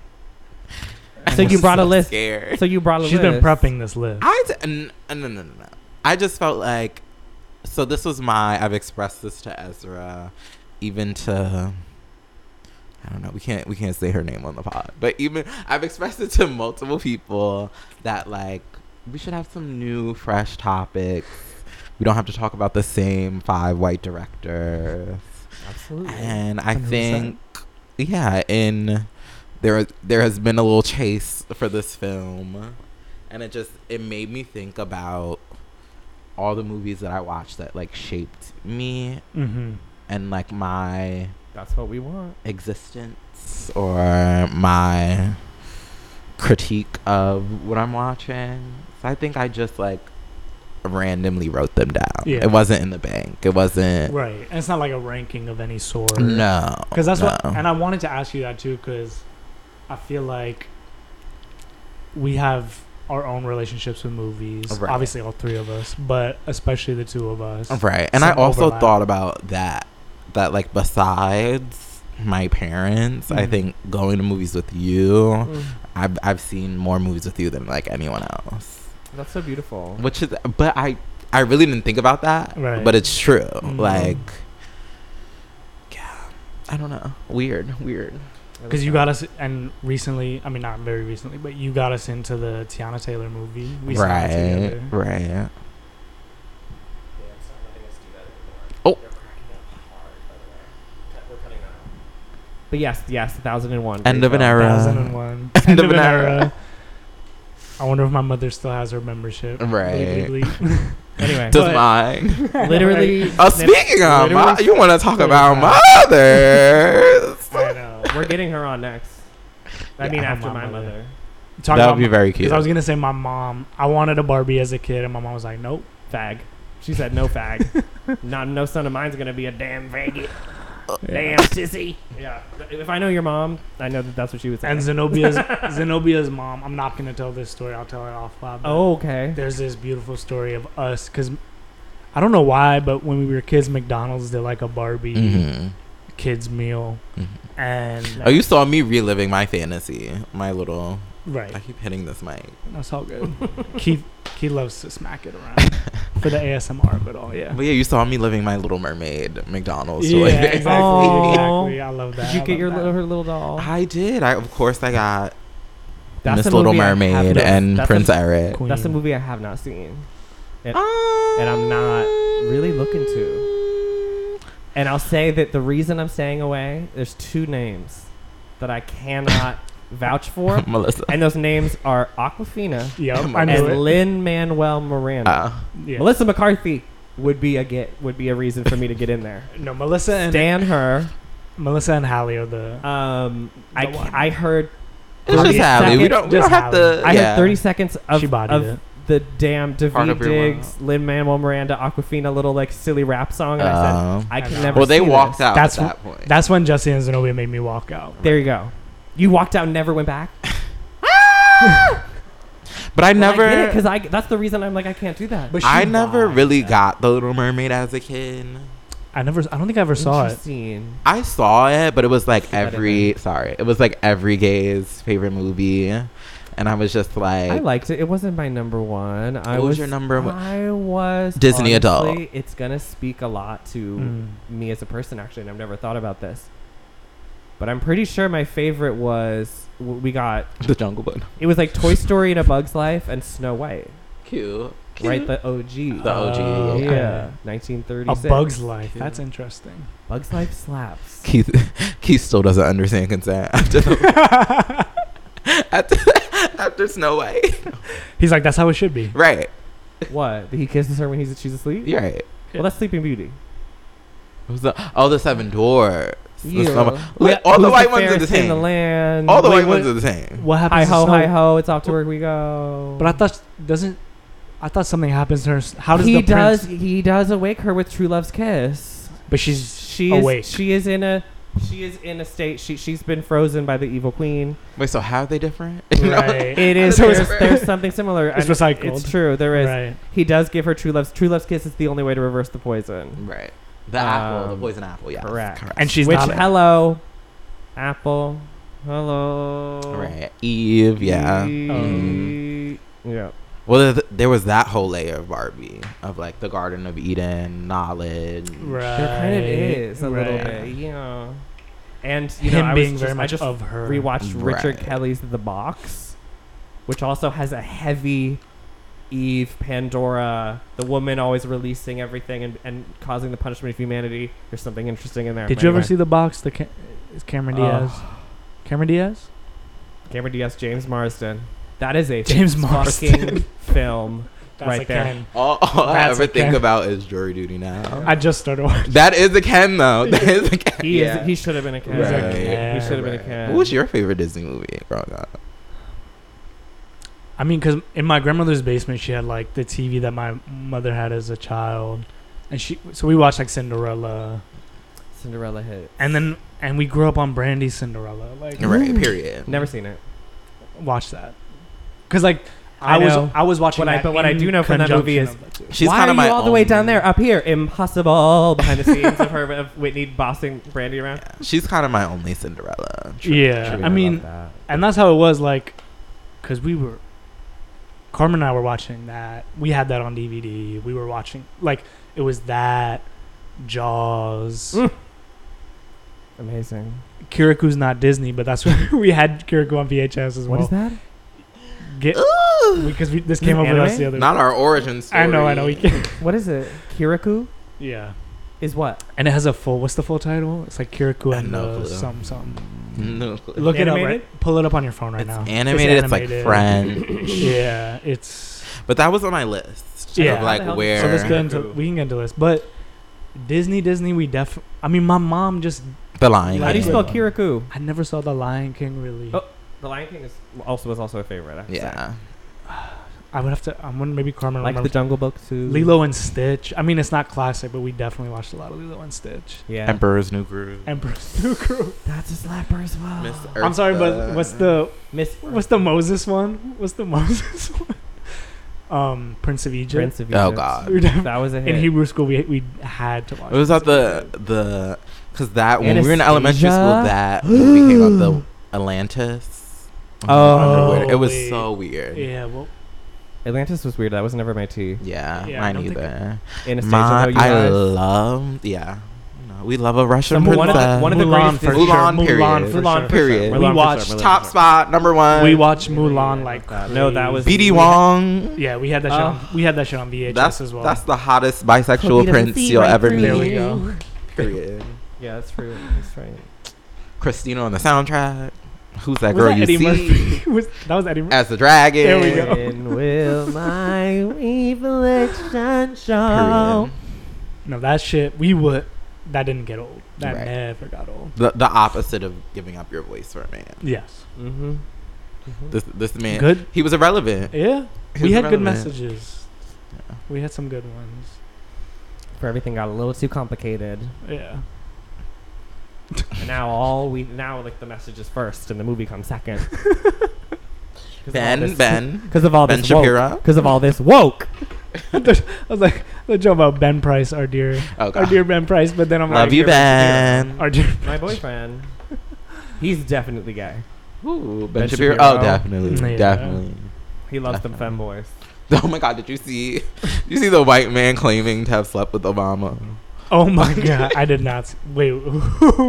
Speaker 4: I'm
Speaker 1: So you brought a list.
Speaker 4: Scared.
Speaker 1: So you brought a
Speaker 2: She's
Speaker 1: list.
Speaker 2: been prepping this list.
Speaker 4: I d- n- no, no, no, no, no. I just felt like so this was my I've expressed this to Ezra, even to I don't know, we can't we can't say her name on the pod. But even I've expressed it to multiple people that like we should have some new fresh topics. We don't have to talk about the same five white directors.
Speaker 1: Absolutely.
Speaker 4: And I
Speaker 1: 100%.
Speaker 4: think, yeah, in there there has been a little chase for this film, and it just it made me think about all the movies that I watched that like shaped me
Speaker 2: Mm-hmm.
Speaker 4: and like my
Speaker 1: That's what we want.
Speaker 4: existence or my critique of what I'm watching. So I think I just like randomly wrote them down.
Speaker 2: Yeah.
Speaker 4: It wasn't in the bank. It wasn't.
Speaker 2: Right, and it's not like a ranking of any sort.
Speaker 4: No,
Speaker 2: because that's what.
Speaker 4: no.
Speaker 2: And I wanted to ask you that too because I feel like we have our own relationships with movies.
Speaker 4: Right.
Speaker 2: Obviously, all three of us, but especially the two of us.
Speaker 4: Right. And I
Speaker 2: some
Speaker 4: also
Speaker 2: overlap.
Speaker 4: thought about that. That like besides my parents, I
Speaker 2: Mhm.
Speaker 4: think going to movies with you,
Speaker 2: Mm-hmm.
Speaker 1: Mm,
Speaker 4: I've I've seen more movies with you than like anyone else.
Speaker 1: that's so beautiful.
Speaker 4: Which is but I I really didn't think about that.
Speaker 2: Right.
Speaker 4: But it's true.
Speaker 2: Mhm.
Speaker 4: Like yeah. I don't know. Weird, weird.
Speaker 2: Because you got us, and recently, I mean, not very recently, but you got us into the Tiana Taylor movie. We saw it
Speaker 4: right.
Speaker 2: together.
Speaker 4: Right. Oh.
Speaker 1: But yes, yes, 1001.
Speaker 4: End
Speaker 1: great
Speaker 4: of an
Speaker 1: film.
Speaker 4: era.
Speaker 2: 2001.
Speaker 4: End of an era.
Speaker 2: I wonder if my mother still has her membership. Bleep,
Speaker 4: Right.
Speaker 2: bleep, bleep.
Speaker 1: Anyway,
Speaker 4: Does
Speaker 2: But-
Speaker 4: mine.
Speaker 1: literally.
Speaker 4: Oh, speaking of,
Speaker 1: literally-
Speaker 4: mo- you want to talk
Speaker 1: literally-
Speaker 4: about mothers?
Speaker 2: I know.
Speaker 1: We're getting her on next. I
Speaker 4: Yeah,
Speaker 1: mean,
Speaker 2: her
Speaker 1: after my
Speaker 2: mama.
Speaker 1: mother.
Speaker 2: Talk
Speaker 4: that
Speaker 2: about
Speaker 4: would be very cute.
Speaker 2: Because I was gonna say my mom. I wanted a Barbie as a kid, and my mom was like, "Nope."
Speaker 1: Fag. She said no fag. Not no son of mine's gonna be a damn faggot. Damn sissy. Yeah. If I know your mom, I know that that's what she would say.
Speaker 2: And Zenobia's Zenobia's mom. I'm not gonna tell this story. I'll tell it off loud. but
Speaker 1: oh, okay.
Speaker 2: there's this beautiful story of us because I don't know why, but when we were kids, McDonald's did like a Barbie
Speaker 4: Mhm.
Speaker 2: kids meal,
Speaker 4: Mhm.
Speaker 2: and
Speaker 4: Oh, you saw me reliving my fantasy. My little. I
Speaker 2: right,
Speaker 4: keep hitting this mic.
Speaker 2: that's all good. Keith Keith loves to smack it around for the ASMR of it all. Yeah,
Speaker 4: But yeah, you saw me living my Little Mermaid McDonald's.
Speaker 2: yeah,
Speaker 4: toy.
Speaker 2: exactly,
Speaker 1: Aw.
Speaker 2: exactly. I love that.
Speaker 1: Did you
Speaker 2: I
Speaker 1: get
Speaker 2: love
Speaker 1: your
Speaker 2: that.
Speaker 1: little, her little doll?
Speaker 4: I did. I of course I got
Speaker 1: That's
Speaker 4: Miss
Speaker 1: a
Speaker 4: Little
Speaker 1: movie I have
Speaker 4: Mermaid
Speaker 1: not-
Speaker 4: and
Speaker 1: that's a-
Speaker 4: Prince Eric. Um,
Speaker 2: Queen.
Speaker 1: That's a movie I have not seen,
Speaker 4: And
Speaker 1: I'm not really looking to. and I'll say that the reason I'm staying away, there's two names that I cannot vouch for,
Speaker 4: Melissa.
Speaker 1: and those names are Aquafina
Speaker 2: Yep,
Speaker 4: Come
Speaker 2: I
Speaker 4: on.
Speaker 2: knew it.
Speaker 1: and Lynn Manuel Miranda.
Speaker 4: Ah.
Speaker 2: yeah.
Speaker 1: Melissa McCarthy would be a get would be a reason for me to get in there.
Speaker 2: no, Melissa and
Speaker 1: Dan her.
Speaker 2: Melissa and Hallie are the.
Speaker 1: Um, I
Speaker 2: The
Speaker 1: ca-
Speaker 2: one.
Speaker 1: I heard 30
Speaker 4: it's just Hallie. We
Speaker 1: seconds-
Speaker 4: don't. We
Speaker 2: just
Speaker 4: don't have
Speaker 2: Hallie.
Speaker 4: to.
Speaker 1: I
Speaker 4: yeah.
Speaker 1: heard 30 seconds of,
Speaker 2: she bodied
Speaker 1: of
Speaker 2: it.
Speaker 1: the damn
Speaker 4: Part
Speaker 1: David
Speaker 4: of your
Speaker 1: Diggs, Lin Manuel Miranda, Aquafina little like silly rap song, and I said
Speaker 4: Um,
Speaker 1: I
Speaker 2: I
Speaker 1: can
Speaker 2: know.
Speaker 1: never.
Speaker 4: well, they
Speaker 1: see
Speaker 4: walked
Speaker 1: this."
Speaker 4: out
Speaker 2: That's
Speaker 4: at that point.
Speaker 2: That's when Jesse and Zenobia made me walk out.
Speaker 1: There you go. You walked out, and never went back.
Speaker 4: But I
Speaker 1: Well,
Speaker 4: never.
Speaker 1: I get it, 'cause I that's the reason I'm like I can't do that.
Speaker 2: But she
Speaker 4: I never
Speaker 2: lied.
Speaker 4: really got The Little Mermaid as a kid.
Speaker 2: I never. I don't think I ever saw it.
Speaker 1: Interesting.
Speaker 4: I saw it, but it was like
Speaker 1: I didn't.
Speaker 4: every sorry, it was like every gay's favorite movie, and I was just like,
Speaker 1: I liked it. It wasn't my number one. I
Speaker 4: What was your number one?
Speaker 1: I was
Speaker 4: Disney adult.
Speaker 1: honestly, It's gonna speak a lot to
Speaker 2: Mm.
Speaker 1: me as a person, actually, and I've never thought about this. But I'm pretty sure my favorite was w- we got
Speaker 4: the Jungle Book.
Speaker 1: it was like Toy Story and A Bug's Life and Snow White,
Speaker 4: Cute,
Speaker 1: right? The OG,
Speaker 4: The OG,
Speaker 2: Oh, okay.
Speaker 4: yeah.
Speaker 1: yeah, 1936.
Speaker 2: A Bug's Life.
Speaker 4: Cute.
Speaker 2: That's interesting.
Speaker 1: Bug's Life slaps.
Speaker 4: Keith, Keith still doesn't understand consent after the, after, after Snow White.
Speaker 2: He's like, that's how it should be.
Speaker 4: Right,
Speaker 1: what? He kisses her when he's she's asleep.
Speaker 4: you're right.
Speaker 1: Well, that's Sleeping Beauty.
Speaker 4: It was the, oh, the Seven Doors. The
Speaker 1: Yeah.
Speaker 4: Snow White- Wait, all
Speaker 1: Who's
Speaker 4: the white ones are the
Speaker 1: fairest in
Speaker 4: same.
Speaker 1: the land.
Speaker 4: all the
Speaker 1: Wait,
Speaker 4: white
Speaker 1: what-
Speaker 4: ones are the same.
Speaker 2: What
Speaker 1: Hi
Speaker 2: happens?
Speaker 1: ho,
Speaker 2: to
Speaker 1: hi
Speaker 2: Snow-
Speaker 1: ho! It's off to work we go.
Speaker 2: But I thought doesn't. I thought something happens to her. s- How does
Speaker 1: he
Speaker 2: the prince?
Speaker 1: does he does awake her with true love's kiss.
Speaker 2: But she's
Speaker 1: She
Speaker 2: Awake.
Speaker 1: is she is in a she is in a state she she's been frozen by the evil queen.
Speaker 4: Wait, so how are they different?
Speaker 2: right.
Speaker 1: It is
Speaker 4: So
Speaker 1: there's,
Speaker 4: it's-
Speaker 1: there's something similar. and
Speaker 2: It's recycled.
Speaker 1: It's true. There is.
Speaker 2: right.
Speaker 1: He does give her true love's true love's kiss is the only way to reverse the poison.
Speaker 4: Right. The apple,
Speaker 1: Um,
Speaker 4: the poison apple, yeah.
Speaker 1: correct.
Speaker 2: And she's
Speaker 1: Which
Speaker 2: not.
Speaker 1: Um, hello, apple, hello.
Speaker 4: Right. Eve, yeah.
Speaker 2: Um,
Speaker 1: E- Yeah.
Speaker 4: Well, th- there was that whole layer of Barbie of like the Garden of Eden, knowledge.
Speaker 2: right.
Speaker 1: There kind of is a little
Speaker 2: right.
Speaker 1: bit, yeah. And you
Speaker 2: Him
Speaker 1: know, I
Speaker 2: being
Speaker 1: was
Speaker 2: very
Speaker 1: just,
Speaker 2: much
Speaker 1: I just
Speaker 2: of her.
Speaker 1: rewatched Richard
Speaker 4: Right.
Speaker 1: Kelly's The Box, which also has a heavy Eve, Pandora, the woman always releasing everything and, and causing the punishment of humanity. There's something interesting in there.
Speaker 2: Did you ever see the box? The ca- is Cameron Diaz.
Speaker 1: Oh.
Speaker 2: Cameron Diaz.
Speaker 1: Cameron Diaz, James Marsden? That is a
Speaker 2: James
Speaker 1: fucking
Speaker 2: Marsden.
Speaker 1: film. Right
Speaker 2: a
Speaker 1: there.
Speaker 2: Ken.
Speaker 4: All, all I
Speaker 2: That's
Speaker 4: ever
Speaker 2: a
Speaker 4: think
Speaker 2: Ken.
Speaker 4: about is jury duty now.
Speaker 2: I just started watching.
Speaker 4: that is a Ken though. That is a Ken.
Speaker 1: He
Speaker 4: yeah.
Speaker 1: is. He should have been a cat.
Speaker 2: He's a
Speaker 4: Right.
Speaker 1: He
Speaker 2: Ken.
Speaker 1: should have been a
Speaker 4: Right.
Speaker 1: cat.
Speaker 4: What was your favorite Disney movie growing up?
Speaker 2: I mean, because in my grandmother's basement, she had like the TV that my mother had as a child, and she so we watched like Cinderella,
Speaker 1: Cinderella hit?
Speaker 2: and then and we grew up on Brandy Cinderella. Like,
Speaker 4: Right, period.
Speaker 1: Never seen it.
Speaker 2: watch that, because like I,
Speaker 1: I
Speaker 2: was
Speaker 1: know.
Speaker 2: I was watching.
Speaker 1: What I-
Speaker 2: that
Speaker 1: but what I
Speaker 2: in
Speaker 1: do know from that movie
Speaker 2: conjunction
Speaker 1: is-
Speaker 2: of the two.
Speaker 4: She's
Speaker 1: Why
Speaker 4: kind
Speaker 1: are
Speaker 4: of my
Speaker 1: you all the way
Speaker 4: only-
Speaker 1: down there? Up here, impossible. Behind the scenes of her of Whitney bossing Brandy around.
Speaker 4: Yeah. She's kind of my only Cinderella.
Speaker 2: yeah, I mean, and that's how it was like, because we were. Carmen and I were watching that. We had that on DVD. We were watching like it was that Jaws.
Speaker 1: Mm. amazing.
Speaker 2: Kiriku's not Disney, but that's what we had Kiriku on VHS as
Speaker 1: What
Speaker 2: well.
Speaker 1: is that?
Speaker 2: Get,
Speaker 4: Ooh,
Speaker 2: because we, this
Speaker 1: Is it
Speaker 2: came up with us
Speaker 1: anime?
Speaker 2: the other.
Speaker 4: not our origin story.
Speaker 2: I know, I know. We can,
Speaker 1: What is it? Kirikou
Speaker 2: yeah,
Speaker 1: is what?
Speaker 2: and it has a full. What's the full title? It's like Kiriku
Speaker 4: I
Speaker 2: and
Speaker 4: know,
Speaker 2: the
Speaker 4: Pluto.
Speaker 2: some some.
Speaker 4: No. clue.
Speaker 2: Look it up.
Speaker 1: Animated?
Speaker 2: Right? Pull it up on your phone right
Speaker 4: it's
Speaker 2: now.
Speaker 4: animated. It's, like
Speaker 2: animated.
Speaker 4: French.
Speaker 2: Yeah, it's.
Speaker 4: But that was on my list.
Speaker 2: Yeah.
Speaker 4: Of
Speaker 2: How
Speaker 1: the
Speaker 4: like
Speaker 1: hell-
Speaker 4: where.
Speaker 2: So let's get into.
Speaker 1: Kirikou.
Speaker 2: We can get into this, but Disney, Disney, we def. I mean, my mom just.
Speaker 4: the lion.
Speaker 1: How do you
Speaker 2: Lion
Speaker 1: spell
Speaker 2: King.
Speaker 1: Kirikou?
Speaker 2: I never saw The Lion King really.
Speaker 1: Oh. The Lion King is also was also a favorite. I have to say.
Speaker 4: Yeah.
Speaker 2: I would have to. I'm wondering maybe Carmen. will
Speaker 1: like the
Speaker 2: remember.
Speaker 1: Jungle Book too.
Speaker 2: Lilo and Stitch. I mean, it's not classic, but we definitely watched a lot of Lilo and Stitch.
Speaker 1: Yeah,
Speaker 4: Emperor's New Groove.
Speaker 2: Emperor's New Groove.
Speaker 1: that's a slapper as well.
Speaker 4: Miss
Speaker 2: I'm sorry, but
Speaker 4: Eartha.
Speaker 2: what's the
Speaker 1: Miss
Speaker 2: what's the Moses one? What's the Moses one? Um, Prince of Egypt.
Speaker 1: Prince of Egypt.
Speaker 4: Oh, God.
Speaker 2: We def-
Speaker 1: that was a hit.
Speaker 2: in Hebrew school, we we had to watch.
Speaker 4: It was at
Speaker 2: Prince
Speaker 4: the
Speaker 2: of Egypt.
Speaker 4: the because that when we were in elementary school
Speaker 1: Anastasia?
Speaker 4: that movie came out the Atlantis.
Speaker 1: Oh.
Speaker 4: I remember when- it was
Speaker 2: Holy-
Speaker 4: so weird. Yeah,
Speaker 2: Yeah, well,
Speaker 1: Atlantis was weird. That was never my tea.
Speaker 2: Yeah, I
Speaker 4: mine
Speaker 2: don't think
Speaker 4: either.
Speaker 1: In a stage,
Speaker 4: My,
Speaker 1: you
Speaker 4: I
Speaker 1: guys.
Speaker 4: love yeah. No, we love a Russian
Speaker 1: Someone- one of the-
Speaker 4: princess.
Speaker 1: one of the
Speaker 2: Mulan
Speaker 1: greatest
Speaker 2: for
Speaker 1: Disney-
Speaker 2: sure.
Speaker 4: Mulan, period.
Speaker 2: Mulan for
Speaker 1: Mulan
Speaker 2: sure.
Speaker 1: for sure. Mulan
Speaker 4: Period.
Speaker 2: We
Speaker 1: for sure,
Speaker 2: watched
Speaker 1: Mulan for
Speaker 4: top
Speaker 1: sure.
Speaker 4: spot number one.
Speaker 2: we watched
Speaker 1: Really
Speaker 2: Mulan
Speaker 1: love
Speaker 2: like
Speaker 1: that. No, that was-
Speaker 4: BD
Speaker 2: we-
Speaker 4: Wong.
Speaker 2: Yeah, we had that. Shit
Speaker 1: Oh.
Speaker 2: on, we had that shit on VHS
Speaker 4: That's
Speaker 2: as well.
Speaker 4: that's the hottest bisexual prince you'll ever meet.
Speaker 2: There we go.
Speaker 4: Period.
Speaker 1: Yeah, that's true. That's right.
Speaker 4: Christina on the soundtrack. Who's that
Speaker 2: was
Speaker 4: girl
Speaker 2: that
Speaker 4: you
Speaker 2: Eddie
Speaker 4: see?
Speaker 2: Murphy? was, that was Eddie Murphy.
Speaker 4: As the dragon.
Speaker 2: There we go.
Speaker 1: When will my reflection show?
Speaker 2: Oh.
Speaker 4: Period.
Speaker 2: No, that shit. We would. That didn't get old. That
Speaker 4: Right.
Speaker 2: never got old.
Speaker 4: The, the opposite of giving up your voice for a man.
Speaker 2: Yes.
Speaker 1: Mm-hmm.
Speaker 4: This this man.
Speaker 2: Good.
Speaker 4: He was irrelevant.
Speaker 2: Yeah. we had
Speaker 4: He was
Speaker 2: good
Speaker 4: irrelevant.
Speaker 2: messages. We had some good ones.
Speaker 1: For everything got a little too complicated,
Speaker 2: Yeah.
Speaker 1: and now all we now like the message is first, and the movie comes second.
Speaker 4: Ben, Ben,
Speaker 1: because of all
Speaker 4: Ben
Speaker 1: this woke,
Speaker 4: Shapiro.
Speaker 1: because of all this woke.
Speaker 2: I was like, the joke about Ben Price, our dear,
Speaker 4: Oh
Speaker 2: our
Speaker 4: God.
Speaker 2: dear Ben Price. But then I'm
Speaker 4: Love
Speaker 2: like,
Speaker 4: you,
Speaker 2: dear-
Speaker 4: Ben.
Speaker 2: Our dear,
Speaker 1: My boyfriend, he's definitely gay.
Speaker 4: Ooh,
Speaker 1: Ben
Speaker 4: ben Shapiro.
Speaker 1: Shapiro.
Speaker 4: Oh, definitely,
Speaker 2: Yeah.
Speaker 4: definitely.
Speaker 1: He loves them femboys.
Speaker 4: Oh my God, did you see? You see the white man claiming to have slept with Obama?
Speaker 2: oh my god, I did not. s- Wait, who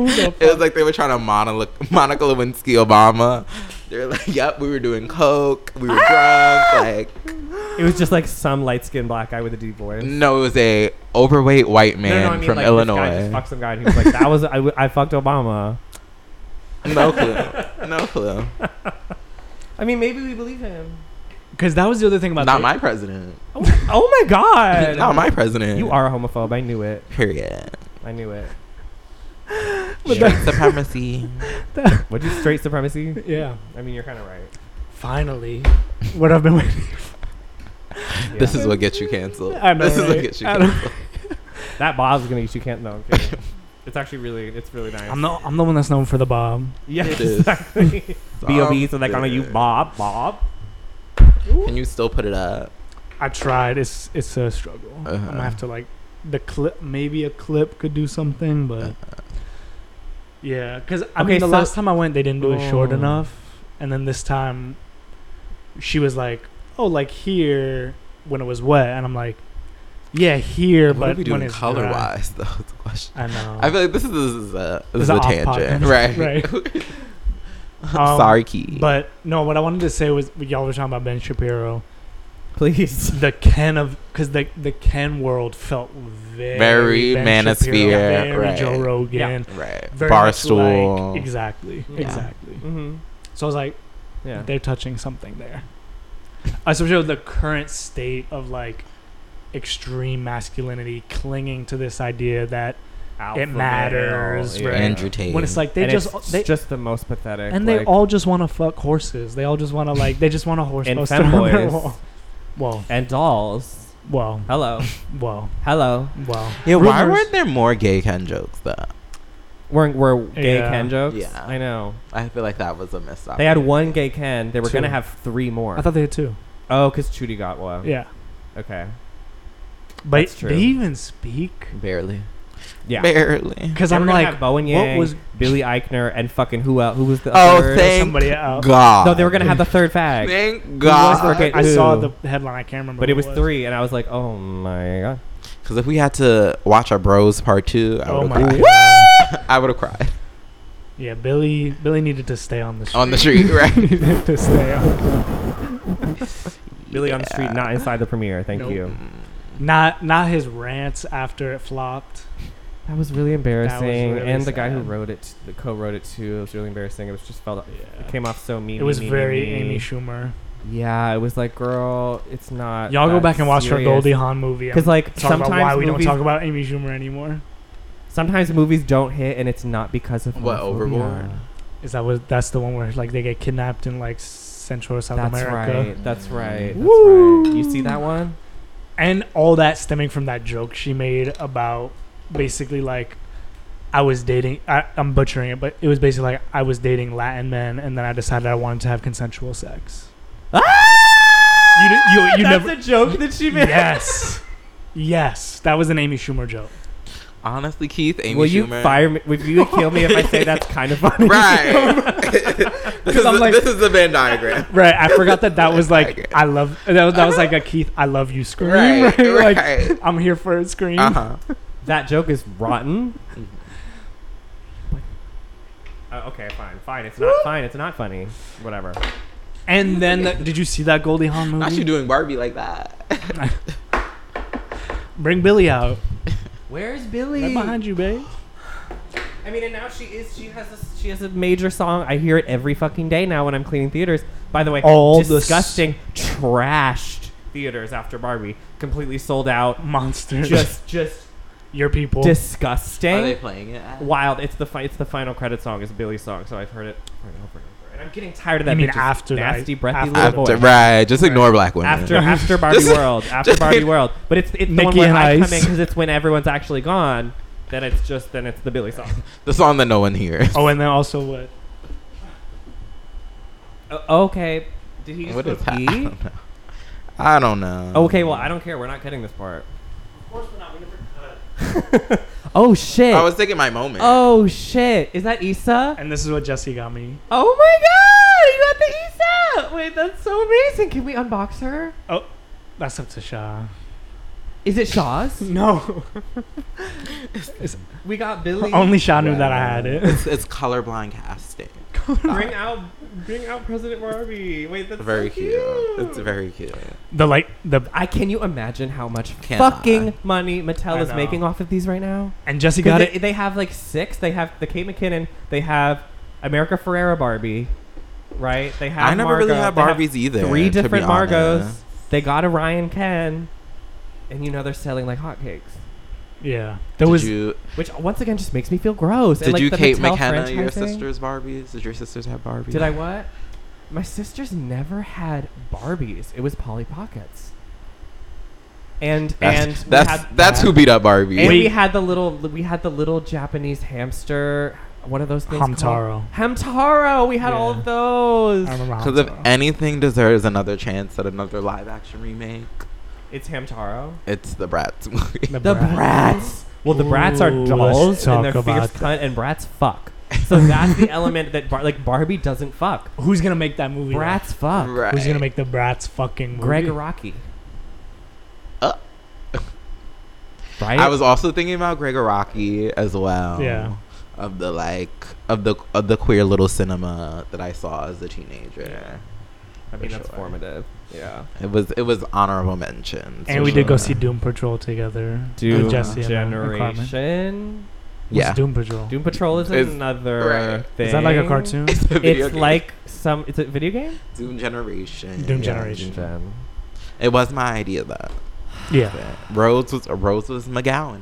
Speaker 2: the
Speaker 4: It was like they were trying to monologue Monica Lewinsky Obama. They're like, "Yep, we were doing coke, we were
Speaker 2: Ah!
Speaker 4: drunk." Like,
Speaker 1: It was just like some light skinned black guy with a deep voice.
Speaker 4: no, it was a overweight white
Speaker 1: like,
Speaker 4: man from
Speaker 1: This guy just
Speaker 4: Illinois.
Speaker 1: fucked some guy and he was like, "That was I, w- I fucked Obama."
Speaker 4: No clue. No clue.
Speaker 1: I mean, maybe we believe him.
Speaker 2: Because that was the other thing about
Speaker 4: Not
Speaker 2: the-
Speaker 4: my president.
Speaker 1: Oh, oh my god!
Speaker 4: Not my president.
Speaker 1: You are a homophobe. I knew it.
Speaker 4: Period.
Speaker 1: I knew it.
Speaker 2: But
Speaker 4: Straight supremacy.
Speaker 1: Would you straight supremacy?
Speaker 2: Yeah,
Speaker 1: I mean, you're kind of right.
Speaker 2: finally, what I've been waiting.
Speaker 1: Yeah.
Speaker 4: This is what gets you canceled.
Speaker 2: I know,
Speaker 4: this is
Speaker 2: right?
Speaker 4: what gets you
Speaker 2: I know.
Speaker 4: canceled.
Speaker 1: that Bob's gonna eat. You can't. No, I'm kidding. it's actually really. It's really nice.
Speaker 2: I'm the I'm the one that's known for the bomb.
Speaker 1: Yeah,
Speaker 4: It is.
Speaker 1: exactly. B.O.B. So like, I know you, Bob. Bob.
Speaker 4: Can you still put it up?
Speaker 2: I tried. It's it's a struggle. I'm
Speaker 4: Uh-huh.
Speaker 2: gonna have to like the clip. Maybe a clip could do something, but
Speaker 4: Uh-huh.
Speaker 2: yeah. Because I
Speaker 1: Okay,
Speaker 2: mean, the
Speaker 1: so-
Speaker 2: last time I went, they didn't do it short
Speaker 1: Oh.
Speaker 2: enough, and then this time, she was like, "Oh, like here when it was wet," and I'm like, "Yeah, here,
Speaker 4: What
Speaker 2: but
Speaker 4: are we
Speaker 2: when
Speaker 4: doing
Speaker 2: it's
Speaker 4: color
Speaker 2: dry."
Speaker 4: wise? Though is the question.
Speaker 2: I know.
Speaker 4: I feel like this is this is a this
Speaker 2: This is
Speaker 4: is a
Speaker 2: an off
Speaker 4: tangent,
Speaker 2: podcast.
Speaker 4: right?
Speaker 2: Right.
Speaker 4: I'm
Speaker 2: Um,
Speaker 4: Sorry, Key.
Speaker 2: But no, what I wanted to say was y'all were talking about Ben Shapiro.
Speaker 1: Please.
Speaker 2: the Ken of because the the Ken world felt very
Speaker 4: Very
Speaker 2: Ben
Speaker 4: manosphere,
Speaker 2: Shapiro, very
Speaker 4: right.
Speaker 2: Joe Rogan,
Speaker 1: Yeah.
Speaker 4: right.
Speaker 2: very much
Speaker 4: Barstool.
Speaker 2: like- exactly,
Speaker 1: Yeah.
Speaker 2: exactly.
Speaker 1: Mm-hmm.
Speaker 2: So I was like,
Speaker 1: Yeah.
Speaker 2: they're touching something there. Especially with the current state of like extreme masculinity, clinging to this idea that
Speaker 1: Alpha
Speaker 2: matters,
Speaker 1: male,
Speaker 2: right.
Speaker 4: Andrew Tate.
Speaker 2: when it's like they
Speaker 1: and
Speaker 2: just
Speaker 1: it's
Speaker 2: they
Speaker 1: just the most pathetic.
Speaker 2: and they
Speaker 1: like-
Speaker 2: all just want to fuck horses. They all just want to like they just want a horse
Speaker 1: And
Speaker 2: poster on their
Speaker 1: femboys.
Speaker 2: wall. Well,
Speaker 1: and dolls.
Speaker 2: well,
Speaker 1: Hello,
Speaker 2: well,
Speaker 1: hello.
Speaker 2: well.
Speaker 4: yeah, why
Speaker 2: rumors-
Speaker 4: weren't there more gay Ken jokes though?
Speaker 1: We're we're gay
Speaker 2: Yeah.
Speaker 1: Ken jokes.
Speaker 4: Yeah.
Speaker 1: I know.
Speaker 4: I feel like that was a missed
Speaker 1: They had one gay Ken. They were
Speaker 2: Two.
Speaker 1: going gonna have three more.
Speaker 2: I thought they had two.
Speaker 1: oh, because Chudy got one.
Speaker 2: Yeah.
Speaker 1: Okay.
Speaker 2: But
Speaker 1: That's true.
Speaker 2: they even speak.
Speaker 4: barely,
Speaker 1: Yeah.
Speaker 4: barely.
Speaker 2: Because
Speaker 1: They were
Speaker 2: I'm
Speaker 1: gonna
Speaker 2: like,
Speaker 1: have Bowen Yang,
Speaker 2: was-
Speaker 1: Billy Eichner, and fucking who else? Who was the?
Speaker 4: Oh,
Speaker 1: third?
Speaker 4: thank
Speaker 2: somebody else.
Speaker 4: God.
Speaker 1: No, they were gonna have the third fag.
Speaker 4: Thank
Speaker 1: was
Speaker 4: God.
Speaker 1: working-
Speaker 2: I saw the
Speaker 1: Who?
Speaker 2: headline. I can't remember.
Speaker 1: But
Speaker 2: who
Speaker 1: it was three, and I was like, oh my god.
Speaker 4: Because if we had to watch our Bros Part Two, I
Speaker 2: Oh
Speaker 4: would
Speaker 2: my
Speaker 4: have
Speaker 2: god.
Speaker 4: cried. I would have cried
Speaker 2: Yeah, Billy. Billy needed to stay on the
Speaker 1: Oh.
Speaker 2: street.
Speaker 4: on the street, right?
Speaker 2: needed to stay on.
Speaker 1: Billy on the street, not inside the premiere. Thank
Speaker 2: Nope.
Speaker 1: you.
Speaker 4: Mm.
Speaker 2: Not not his rants after it flopped.
Speaker 1: That was really embarrassing,
Speaker 2: really
Speaker 1: and the guy who
Speaker 2: sad.
Speaker 1: wrote it, the co-wrote it too, it was really embarrassing. It was just felt,
Speaker 2: Yeah.
Speaker 1: it came off so mean.
Speaker 2: It was
Speaker 1: mean,
Speaker 2: very
Speaker 1: mean, mean.
Speaker 2: Amy Schumer.
Speaker 1: Yeah, it was like, girl, it's not.
Speaker 2: Y'all go
Speaker 1: that
Speaker 2: back and watch her
Speaker 1: serious.
Speaker 2: Goldie Hawn movie. I'm
Speaker 1: 'Cause, like,
Speaker 2: talking about why
Speaker 1: sometimes
Speaker 2: we don't
Speaker 1: movies-
Speaker 2: talk about Amy Schumer anymore.
Speaker 1: Sometimes movies don't hit, and it's not because of
Speaker 4: What,
Speaker 1: homophobia.
Speaker 4: Overboard?
Speaker 2: Is that what? That's the one where like they get kidnapped in like Central or South
Speaker 1: That's
Speaker 2: America,
Speaker 1: right. That's right. That's
Speaker 2: Woo.
Speaker 1: right. You see that one?
Speaker 2: and all that stemming from that joke she made about basically like I was dating. I, I'm butchering it, but it was basically like I was dating Latin men, and then I decided I wanted to have consensual sex. You did- you- you
Speaker 1: That's
Speaker 2: never-
Speaker 1: a joke that she made.
Speaker 2: yes, yes, that was an Amy Schumer joke.
Speaker 4: Honestly, Keith, Amy
Speaker 1: Will you
Speaker 4: Schumer.
Speaker 1: fire me? Would you kill me if I say that's kind of funny?
Speaker 4: Right. this, is
Speaker 2: I'm
Speaker 4: the,
Speaker 2: like-
Speaker 4: this is the Venn diagram.
Speaker 2: Right, I forgot that that was
Speaker 4: Okay.
Speaker 2: like I love that was, that was like a Keith I love you scream.
Speaker 4: Right,
Speaker 2: Right,
Speaker 4: right.
Speaker 2: like I'm here for a scream.
Speaker 4: Uh huh.
Speaker 1: That joke is rotten. Uh, okay, fine, fine. It's not fine. It's not funny. Whatever.
Speaker 2: And then the- did you see that Goldie Hawn movie?
Speaker 4: Not you doing Barbie like that.
Speaker 2: Bring Billy out.
Speaker 1: Where's Billy?
Speaker 2: Right behind you, babe.
Speaker 1: I mean, and now she is. She has. A, she has a major song. I hear it every fucking day now when I'm cleaning theaters. By the way,
Speaker 2: All the s-
Speaker 1: disgusting, trashed theaters after Barbie, completely sold out.
Speaker 2: Monsters.
Speaker 1: Just, just
Speaker 2: your people.
Speaker 1: disgusting.
Speaker 4: Are they playing it? at-
Speaker 1: wild. It's the fi- it's the final credit song. It's Billy's song, so I've heard it over and over and over. And I'm getting tired of that.
Speaker 2: You mean
Speaker 1: bitch's
Speaker 2: after the-
Speaker 1: nasty, breathy
Speaker 2: after-
Speaker 1: little
Speaker 4: After,
Speaker 1: voice.
Speaker 4: right. Just ignore black women.
Speaker 1: After after Barbie
Speaker 4: Just-
Speaker 1: World, after
Speaker 4: just-
Speaker 1: Barbie World, but it's it's the one
Speaker 2: Nikki
Speaker 1: where
Speaker 2: and
Speaker 1: I come in
Speaker 2: Ice.
Speaker 1: because it's when everyone's actually gone. Then it's just then it's the Billy song.
Speaker 4: the song that no one hears.
Speaker 2: oh, and then also what?
Speaker 1: O- okay, Did he just
Speaker 4: What
Speaker 1: put
Speaker 4: is that? I
Speaker 1: E?
Speaker 4: don't know. I don't know.
Speaker 1: Okay, well, I don't care. We're not cutting this part. Of course we're not. We never cut. oh, shit.
Speaker 4: I was taking my moment.
Speaker 1: oh, shit. Is that Issa?
Speaker 2: And this is what Jesse got me.
Speaker 1: Oh, my God. You got the E Issa. Wait, that's so amazing. Can we unbox her?
Speaker 2: Oh, that's up to Shaw.
Speaker 1: Is it Shaw's?
Speaker 2: No,
Speaker 1: we got Billy.
Speaker 2: only Shaw knew that I had it.
Speaker 4: It's, it's colorblind casting.
Speaker 1: bring out, bring out President Barbie. Wait, that's so
Speaker 4: Very cute. It's
Speaker 1: cute.
Speaker 4: very cute.
Speaker 2: The like the
Speaker 1: I can you imagine how much
Speaker 4: Can't
Speaker 1: fucking
Speaker 4: I?
Speaker 1: money Mattel
Speaker 2: I
Speaker 1: is
Speaker 2: know.
Speaker 1: making off of these right now?
Speaker 2: and Jesse
Speaker 1: 'Cause
Speaker 2: got
Speaker 1: they,
Speaker 2: it.
Speaker 1: They have like six. They have the Kate McKinnon. They have America Ferrera Barbie, right? They have.
Speaker 4: I never really
Speaker 1: Margot,
Speaker 4: had
Speaker 1: they have
Speaker 4: Barbies either.
Speaker 1: Three
Speaker 4: to be
Speaker 1: different Margos.
Speaker 4: honest.
Speaker 1: They got a Ryan Ken, and you know they're selling like hotcakes,
Speaker 2: Yeah, there
Speaker 4: Did
Speaker 2: was
Speaker 4: you
Speaker 1: which once again just makes me feel gross. And,
Speaker 4: did
Speaker 1: like,
Speaker 4: you
Speaker 1: the
Speaker 4: Kate
Speaker 1: Mattel
Speaker 4: McKenna your
Speaker 1: franchising-
Speaker 4: sisters Barbies? Did your sisters have Barbies?
Speaker 1: Did I what? My sisters never had Barbies. It was Polly Pockets. And
Speaker 4: That's,
Speaker 1: and we
Speaker 4: that's
Speaker 1: had
Speaker 4: that's
Speaker 1: that.
Speaker 4: who beat up Barbie.
Speaker 1: And
Speaker 2: Wait.
Speaker 1: we had the little we had the little Japanese hamster. One of those things. called-
Speaker 2: Hamtaro.
Speaker 1: Hamtaro. We had all
Speaker 2: Yeah.
Speaker 1: of those.
Speaker 2: I remember
Speaker 4: Because if
Speaker 2: Hamtaro.
Speaker 4: anything deserves another chance at another live action remake,
Speaker 1: It's Hamtaro.
Speaker 4: it's the Bratz movie.
Speaker 1: The brats. Well, the brats are
Speaker 2: Ooh, let's
Speaker 1: dolls and they're
Speaker 2: talk
Speaker 1: fierce
Speaker 2: about
Speaker 1: cunt and brats fuck. So that's the element that Bar- like Barbie doesn't fuck.
Speaker 2: Who's gonna make that movie? though?
Speaker 1: Brats fuck.
Speaker 4: Right.
Speaker 2: Who's gonna make the brats fucking movie?
Speaker 1: Gregoraki.
Speaker 4: Uh.
Speaker 1: right.
Speaker 4: I was also thinking about Gregor Rocky as well.
Speaker 2: Yeah.
Speaker 4: Of the like of the of the queer little cinema that I saw as a teenager.
Speaker 1: I mean,
Speaker 4: for
Speaker 1: that's
Speaker 4: sure.
Speaker 1: formative. Yeah.
Speaker 4: It was it was honorable mentions.
Speaker 2: And
Speaker 4: for
Speaker 2: we did go
Speaker 4: sure.
Speaker 2: see Doom Patrol together.
Speaker 1: Doom
Speaker 2: with Jesse and, uh, and Carmen.
Speaker 1: Generation.
Speaker 2: What's
Speaker 4: Yeah.
Speaker 2: Doom Patrol.
Speaker 1: Doom Patrol is
Speaker 4: It's-
Speaker 1: another
Speaker 4: right.
Speaker 1: thing.
Speaker 2: Is that like a cartoon?
Speaker 4: It's, a video
Speaker 1: It's
Speaker 4: game.
Speaker 1: like some. It's a video game.
Speaker 4: Doom Generation.
Speaker 2: Doom
Speaker 4: Yeah.
Speaker 2: Generation.
Speaker 1: Gen.
Speaker 4: It was my idea though.
Speaker 2: yeah.
Speaker 4: Rose was Rose was McGowan.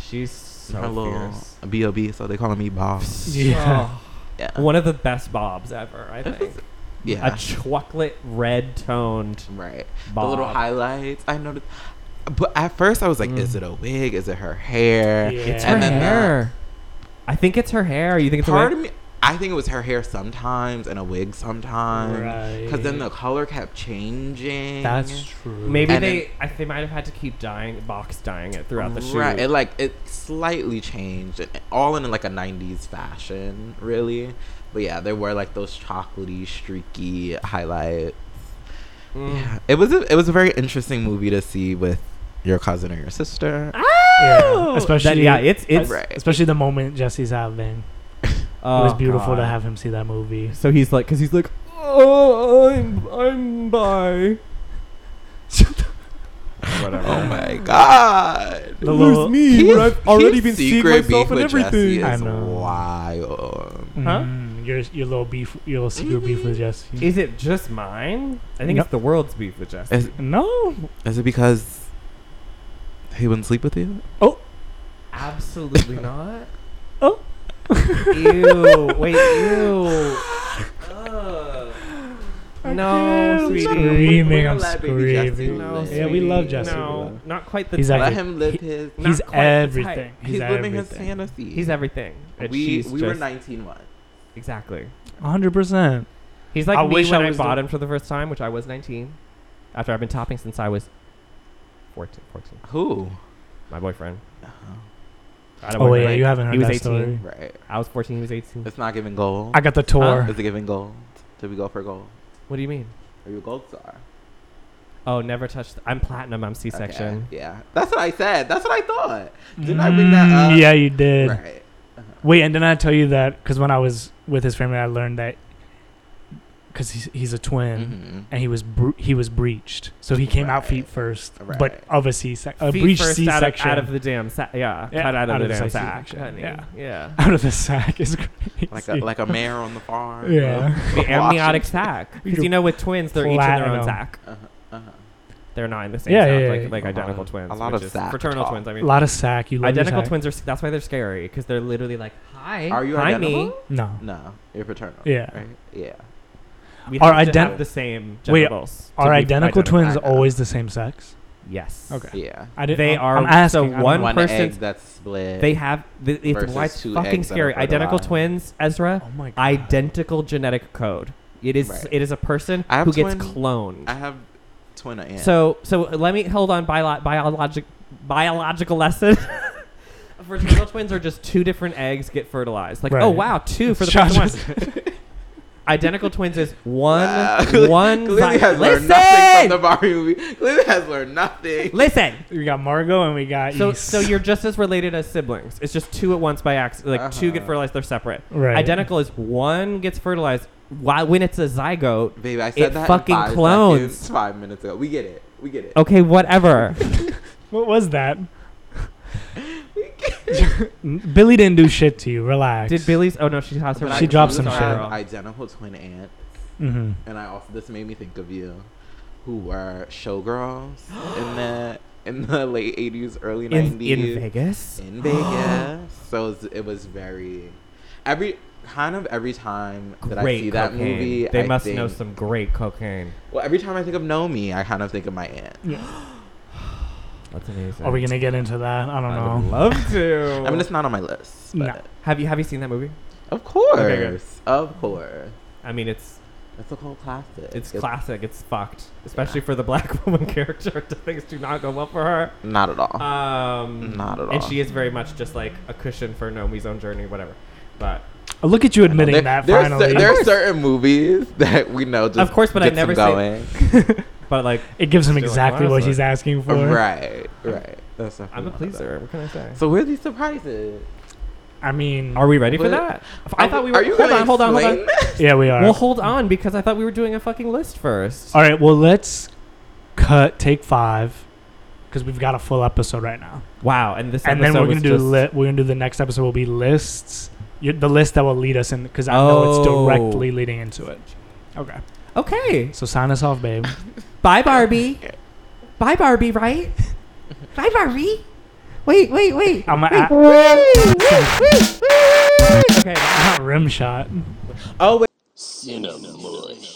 Speaker 1: She's so
Speaker 4: Her little
Speaker 1: fierce.
Speaker 4: B.O.B. So they calling me Boss.
Speaker 2: Yeah.
Speaker 1: Oh,
Speaker 4: Yeah.
Speaker 1: one of the best bobs ever. I think
Speaker 4: Yeah.
Speaker 1: a chocolate red toned
Speaker 4: Right.
Speaker 1: bob.
Speaker 4: The little highlights. I noticed. But at first, I was like, "Is
Speaker 1: Mm.
Speaker 4: it a wig? Is it her hair?"
Speaker 2: Yeah.
Speaker 1: It's
Speaker 4: And
Speaker 1: her
Speaker 4: then uh, the-
Speaker 1: hair. I think it's her hair. You think it's
Speaker 4: Part
Speaker 1: a
Speaker 4: of me, I think it was her hair sometimes and a wig sometimes. Because then the
Speaker 2: Right.
Speaker 4: color kept changing.
Speaker 2: That's true.
Speaker 1: Maybe
Speaker 4: And
Speaker 1: they.
Speaker 4: then-
Speaker 1: I, they might have had to keep dyeing, box dyeing it throughout the shoot.
Speaker 4: Right, it like it slightly changed, and all in like a '90s fashion, really. But yeah, there were like those chocolatey, streaky highlights.
Speaker 1: Mm.
Speaker 4: Yeah, it was a, it was a very interesting movie to see with your cousin or your sister.
Speaker 1: Oh!
Speaker 2: Yeah, especially-
Speaker 1: yeah, it's it's
Speaker 4: Right.
Speaker 2: Especially the moment Jesse's having.
Speaker 1: oh,
Speaker 2: it was beautiful to
Speaker 1: God.
Speaker 2: have him see that movie.
Speaker 1: So he's like, because he's like, oh, I'm, I'm bi. Whatever.
Speaker 4: Oh my god.
Speaker 2: The little-
Speaker 1: me
Speaker 4: His-
Speaker 1: when I've already
Speaker 4: his
Speaker 1: been seeing
Speaker 4: secret
Speaker 1: myself and
Speaker 4: beef with Jesse
Speaker 1: everything.
Speaker 4: is
Speaker 2: I know.
Speaker 4: wild.
Speaker 2: Mm, your your little beef, your little secret beef with Jesse.
Speaker 1: Is it just mine? I think
Speaker 2: No.
Speaker 1: it's the world's beef with Jesse.
Speaker 4: Is,
Speaker 2: no,
Speaker 4: is it because he wouldn't sleep with you?
Speaker 1: Absolutely not.
Speaker 2: Oh.
Speaker 1: ew. Wait, ew. Ugh. No,
Speaker 2: I'm
Speaker 1: sweetie.
Speaker 2: screaming, I'm
Speaker 4: Let baby Jesse
Speaker 2: screaming.
Speaker 1: No,
Speaker 4: live.
Speaker 2: Yeah, we
Speaker 1: sweetie.
Speaker 2: love Jesse.
Speaker 1: No, not quite the
Speaker 2: He's
Speaker 1: type.
Speaker 4: Let
Speaker 2: actually-
Speaker 4: him live his.
Speaker 1: Not
Speaker 2: He's
Speaker 1: quite the type.
Speaker 2: everything.
Speaker 4: He's,
Speaker 2: He's,
Speaker 4: living his
Speaker 2: everything.
Speaker 4: fantasy.
Speaker 1: He's everything. And
Speaker 4: we
Speaker 1: she's
Speaker 4: we were
Speaker 1: just-
Speaker 4: 19 once.
Speaker 1: Exactly.
Speaker 2: hundred percent.
Speaker 1: He's like
Speaker 2: I
Speaker 1: me
Speaker 2: wish
Speaker 1: when
Speaker 2: I
Speaker 1: I,
Speaker 2: was the-
Speaker 1: bought him for the first time, which I was 19. After I've been topping since I was 14. 14.
Speaker 4: Who?
Speaker 1: My boyfriend. I had a
Speaker 2: Oh yeah,
Speaker 1: boyfriend.
Speaker 2: you haven't heard
Speaker 1: He was
Speaker 2: that
Speaker 1: 18.
Speaker 2: story.
Speaker 4: Uh-huh. Right.
Speaker 1: I was 14. He was 18.
Speaker 4: It's not giving gold.
Speaker 2: I got the tour.
Speaker 4: Is it giving gold? Did we go for gold?
Speaker 1: What do you mean?
Speaker 4: Are you a gold star?
Speaker 1: Oh, never touched. I'm platinum. I'm
Speaker 4: Okay,
Speaker 1: C-section.
Speaker 4: Yeah. That's what I said. That's what I thought. Didn't I bring that
Speaker 2: Mm,
Speaker 4: up?
Speaker 2: Yeah, you did.
Speaker 4: Right.
Speaker 2: Wait, and didn't I tell you that? Because when I was with his family, I learned that because he's, he's a twin,
Speaker 4: Mm-hmm.
Speaker 2: and he was bre- he was breached, so he came out feet
Speaker 4: Right.
Speaker 2: first,
Speaker 4: Right.
Speaker 2: but of a C section, a
Speaker 1: Feet
Speaker 2: breached
Speaker 1: first
Speaker 2: C
Speaker 1: out of-
Speaker 2: section.
Speaker 1: Out of the damn sack. Yeah,
Speaker 2: Yeah,
Speaker 1: cut out of
Speaker 2: out
Speaker 1: the
Speaker 2: of the
Speaker 1: damn sack.
Speaker 2: sack
Speaker 1: honey.
Speaker 2: section,
Speaker 1: Yeah.
Speaker 2: out of the sack is crazy.
Speaker 4: Like a like a mare on the farm.
Speaker 2: yeah,
Speaker 1: The amniotic
Speaker 4: Washington.
Speaker 1: sack. Because
Speaker 2: You're
Speaker 1: you know, with twins, they're each in their own
Speaker 2: platinum.
Speaker 1: sack.
Speaker 4: Uh-huh, uh-huh.
Speaker 1: They're not in the same
Speaker 2: Yeah,
Speaker 1: sack,
Speaker 2: yeah, yeah,
Speaker 1: like,
Speaker 2: yeah.
Speaker 1: like
Speaker 4: A lot
Speaker 1: identical
Speaker 4: of-
Speaker 1: twins.
Speaker 4: Uh-huh. a lot
Speaker 1: which
Speaker 4: of
Speaker 1: is
Speaker 4: sack
Speaker 1: Fraternal
Speaker 4: talk.
Speaker 1: twins. I
Speaker 2: a
Speaker 1: mean,
Speaker 2: lot of sack. You love your
Speaker 1: identical
Speaker 2: sack.
Speaker 1: twins are. s- That's why they're scary. Because they're literally like, hi,
Speaker 4: Are you
Speaker 1: hi me.
Speaker 4: identical?
Speaker 2: No,
Speaker 4: No, you're paternal.
Speaker 2: Yeah.
Speaker 4: Right? Yeah.
Speaker 1: We
Speaker 2: Are
Speaker 1: have to
Speaker 2: ident-
Speaker 1: have the same
Speaker 2: Wait,
Speaker 1: genitals. to be
Speaker 2: are identical twins
Speaker 4: identical.
Speaker 2: always the same sex?
Speaker 1: Yes.
Speaker 2: Okay.
Speaker 4: Yeah.
Speaker 2: I didn't.
Speaker 1: They
Speaker 2: I'm,
Speaker 1: are-
Speaker 2: I'm asking.
Speaker 1: so
Speaker 2: I don't
Speaker 1: one-
Speaker 2: know.
Speaker 4: One
Speaker 1: person's-
Speaker 4: egg that's split.
Speaker 1: They have. th- It's
Speaker 4: Versus
Speaker 1: why it's
Speaker 4: two
Speaker 1: fucking
Speaker 4: eggs that are
Speaker 1: scary. Identical
Speaker 4: fertilized.
Speaker 1: twins, Ezra.
Speaker 2: Oh my god.
Speaker 1: Identical genetic code. It is
Speaker 4: Right.
Speaker 1: it is a person
Speaker 4: I have
Speaker 1: who gets
Speaker 4: twin-
Speaker 1: cloned.
Speaker 4: I have twin aunt.
Speaker 1: So so uh, let me hold on bio- biologic biological lesson. Fraternal twins are just two different eggs get fertilized. Like oh
Speaker 2: Right.
Speaker 1: wow, two for the
Speaker 2: Shout
Speaker 1: first one. Identical twins is one
Speaker 4: Wow.
Speaker 1: one.
Speaker 4: clearly
Speaker 1: zy-
Speaker 4: has learned nothing from the Barbie movie. Clearly has learned nothing.
Speaker 1: listen.
Speaker 2: We got Margot and we got
Speaker 1: So
Speaker 2: Ys.
Speaker 1: so you're just as related as siblings. It's just two at once by accident. Like two get
Speaker 4: Uh-huh.
Speaker 1: fertilized, they're separate.
Speaker 2: Right.
Speaker 1: Identical is one gets fertilized. While when it's a zygote,
Speaker 4: Baby, I
Speaker 1: It
Speaker 4: said that
Speaker 1: fucking
Speaker 4: in five
Speaker 1: clones. Oh,
Speaker 4: seconds, five minutes ago. We get it. We get it.
Speaker 1: okay, whatever.
Speaker 2: What was that? Billy didn't do shit to you. Relax.
Speaker 1: Did Billy's? Oh no, she has her.
Speaker 4: But
Speaker 2: She
Speaker 4: I
Speaker 1: mind.
Speaker 2: dropped
Speaker 4: do
Speaker 2: some
Speaker 4: have
Speaker 2: shit.
Speaker 4: Identical twin aunt,
Speaker 2: Mm-hmm.
Speaker 4: and I also this made me think of you, who were showgirls in the in the late eighties, early
Speaker 1: in,
Speaker 4: nineties
Speaker 1: in Vegas.
Speaker 4: in Vegas. so it was, it was very every kind of every time that I see that
Speaker 1: cocaine.
Speaker 4: movie,
Speaker 1: They
Speaker 4: I
Speaker 1: must
Speaker 4: think,
Speaker 1: know some great cocaine.
Speaker 4: Well, every time I think of Nomi, I kind of think of my aunt.
Speaker 1: That's amazing.
Speaker 2: Are we gonna get um, into that? I don't
Speaker 1: I
Speaker 2: know.
Speaker 1: would love to.
Speaker 4: I mean, it's not on my list. But
Speaker 2: Nah.
Speaker 1: have you have you seen that movie?
Speaker 4: Of course,
Speaker 1: Okay, good.
Speaker 4: of course,
Speaker 1: I mean, it's
Speaker 4: it's a cult classic.
Speaker 1: it's classic. It's fucked, especially for the black woman character. Things do not go well for her.
Speaker 4: Not at all.
Speaker 1: Um,
Speaker 4: Oh, Not at
Speaker 1: And
Speaker 4: all.
Speaker 1: she is very much just like a cushion for Nomi's own journey, whatever. But
Speaker 2: Oh, Look at you
Speaker 4: There-
Speaker 2: admitting that
Speaker 4: there's
Speaker 2: finally.
Speaker 4: cer- there's certain movies that we know just
Speaker 1: Of course, but I
Speaker 4: gets them
Speaker 1: never say-
Speaker 4: going.
Speaker 1: but like,
Speaker 2: it gives him
Speaker 1: Still,
Speaker 2: exactly what
Speaker 1: honestly.
Speaker 2: he's asking for.
Speaker 4: right, right. That's
Speaker 1: I'm
Speaker 4: definitely
Speaker 1: a
Speaker 4: one of
Speaker 1: pleaser. What can I say?
Speaker 4: them. So where are these surprises?
Speaker 2: I mean,
Speaker 1: Are we ready for
Speaker 4: What-
Speaker 1: that? I
Speaker 4: Are
Speaker 1: thought we
Speaker 4: Are
Speaker 1: were.
Speaker 4: you
Speaker 1: Hold
Speaker 4: gonna
Speaker 1: on, hold on, hold on.
Speaker 4: explain that?
Speaker 2: yeah, we are.
Speaker 1: Well, hold on because I thought we were doing a fucking list first.
Speaker 2: All right. Well, let's cut take five because we've got a full episode right now,
Speaker 1: Wow, and this
Speaker 2: and then
Speaker 1: episode
Speaker 2: we're gonna
Speaker 1: was
Speaker 2: do
Speaker 1: just-
Speaker 2: li- we're gonna do the next episode will be lists. You, the list that will lead us in because I know it's
Speaker 1: Oh.
Speaker 2: directly leading into it. Okay.
Speaker 1: Okay,
Speaker 2: So sign us off, babe.
Speaker 1: Bye, Barbie. Bye, Barbie, right? Bye, Barbie. Wait, wait, wait.
Speaker 2: I'm
Speaker 1: wait.
Speaker 2: a,
Speaker 1: okay.
Speaker 2: a rim shot.
Speaker 4: Oh, wait.
Speaker 5: Cinemush.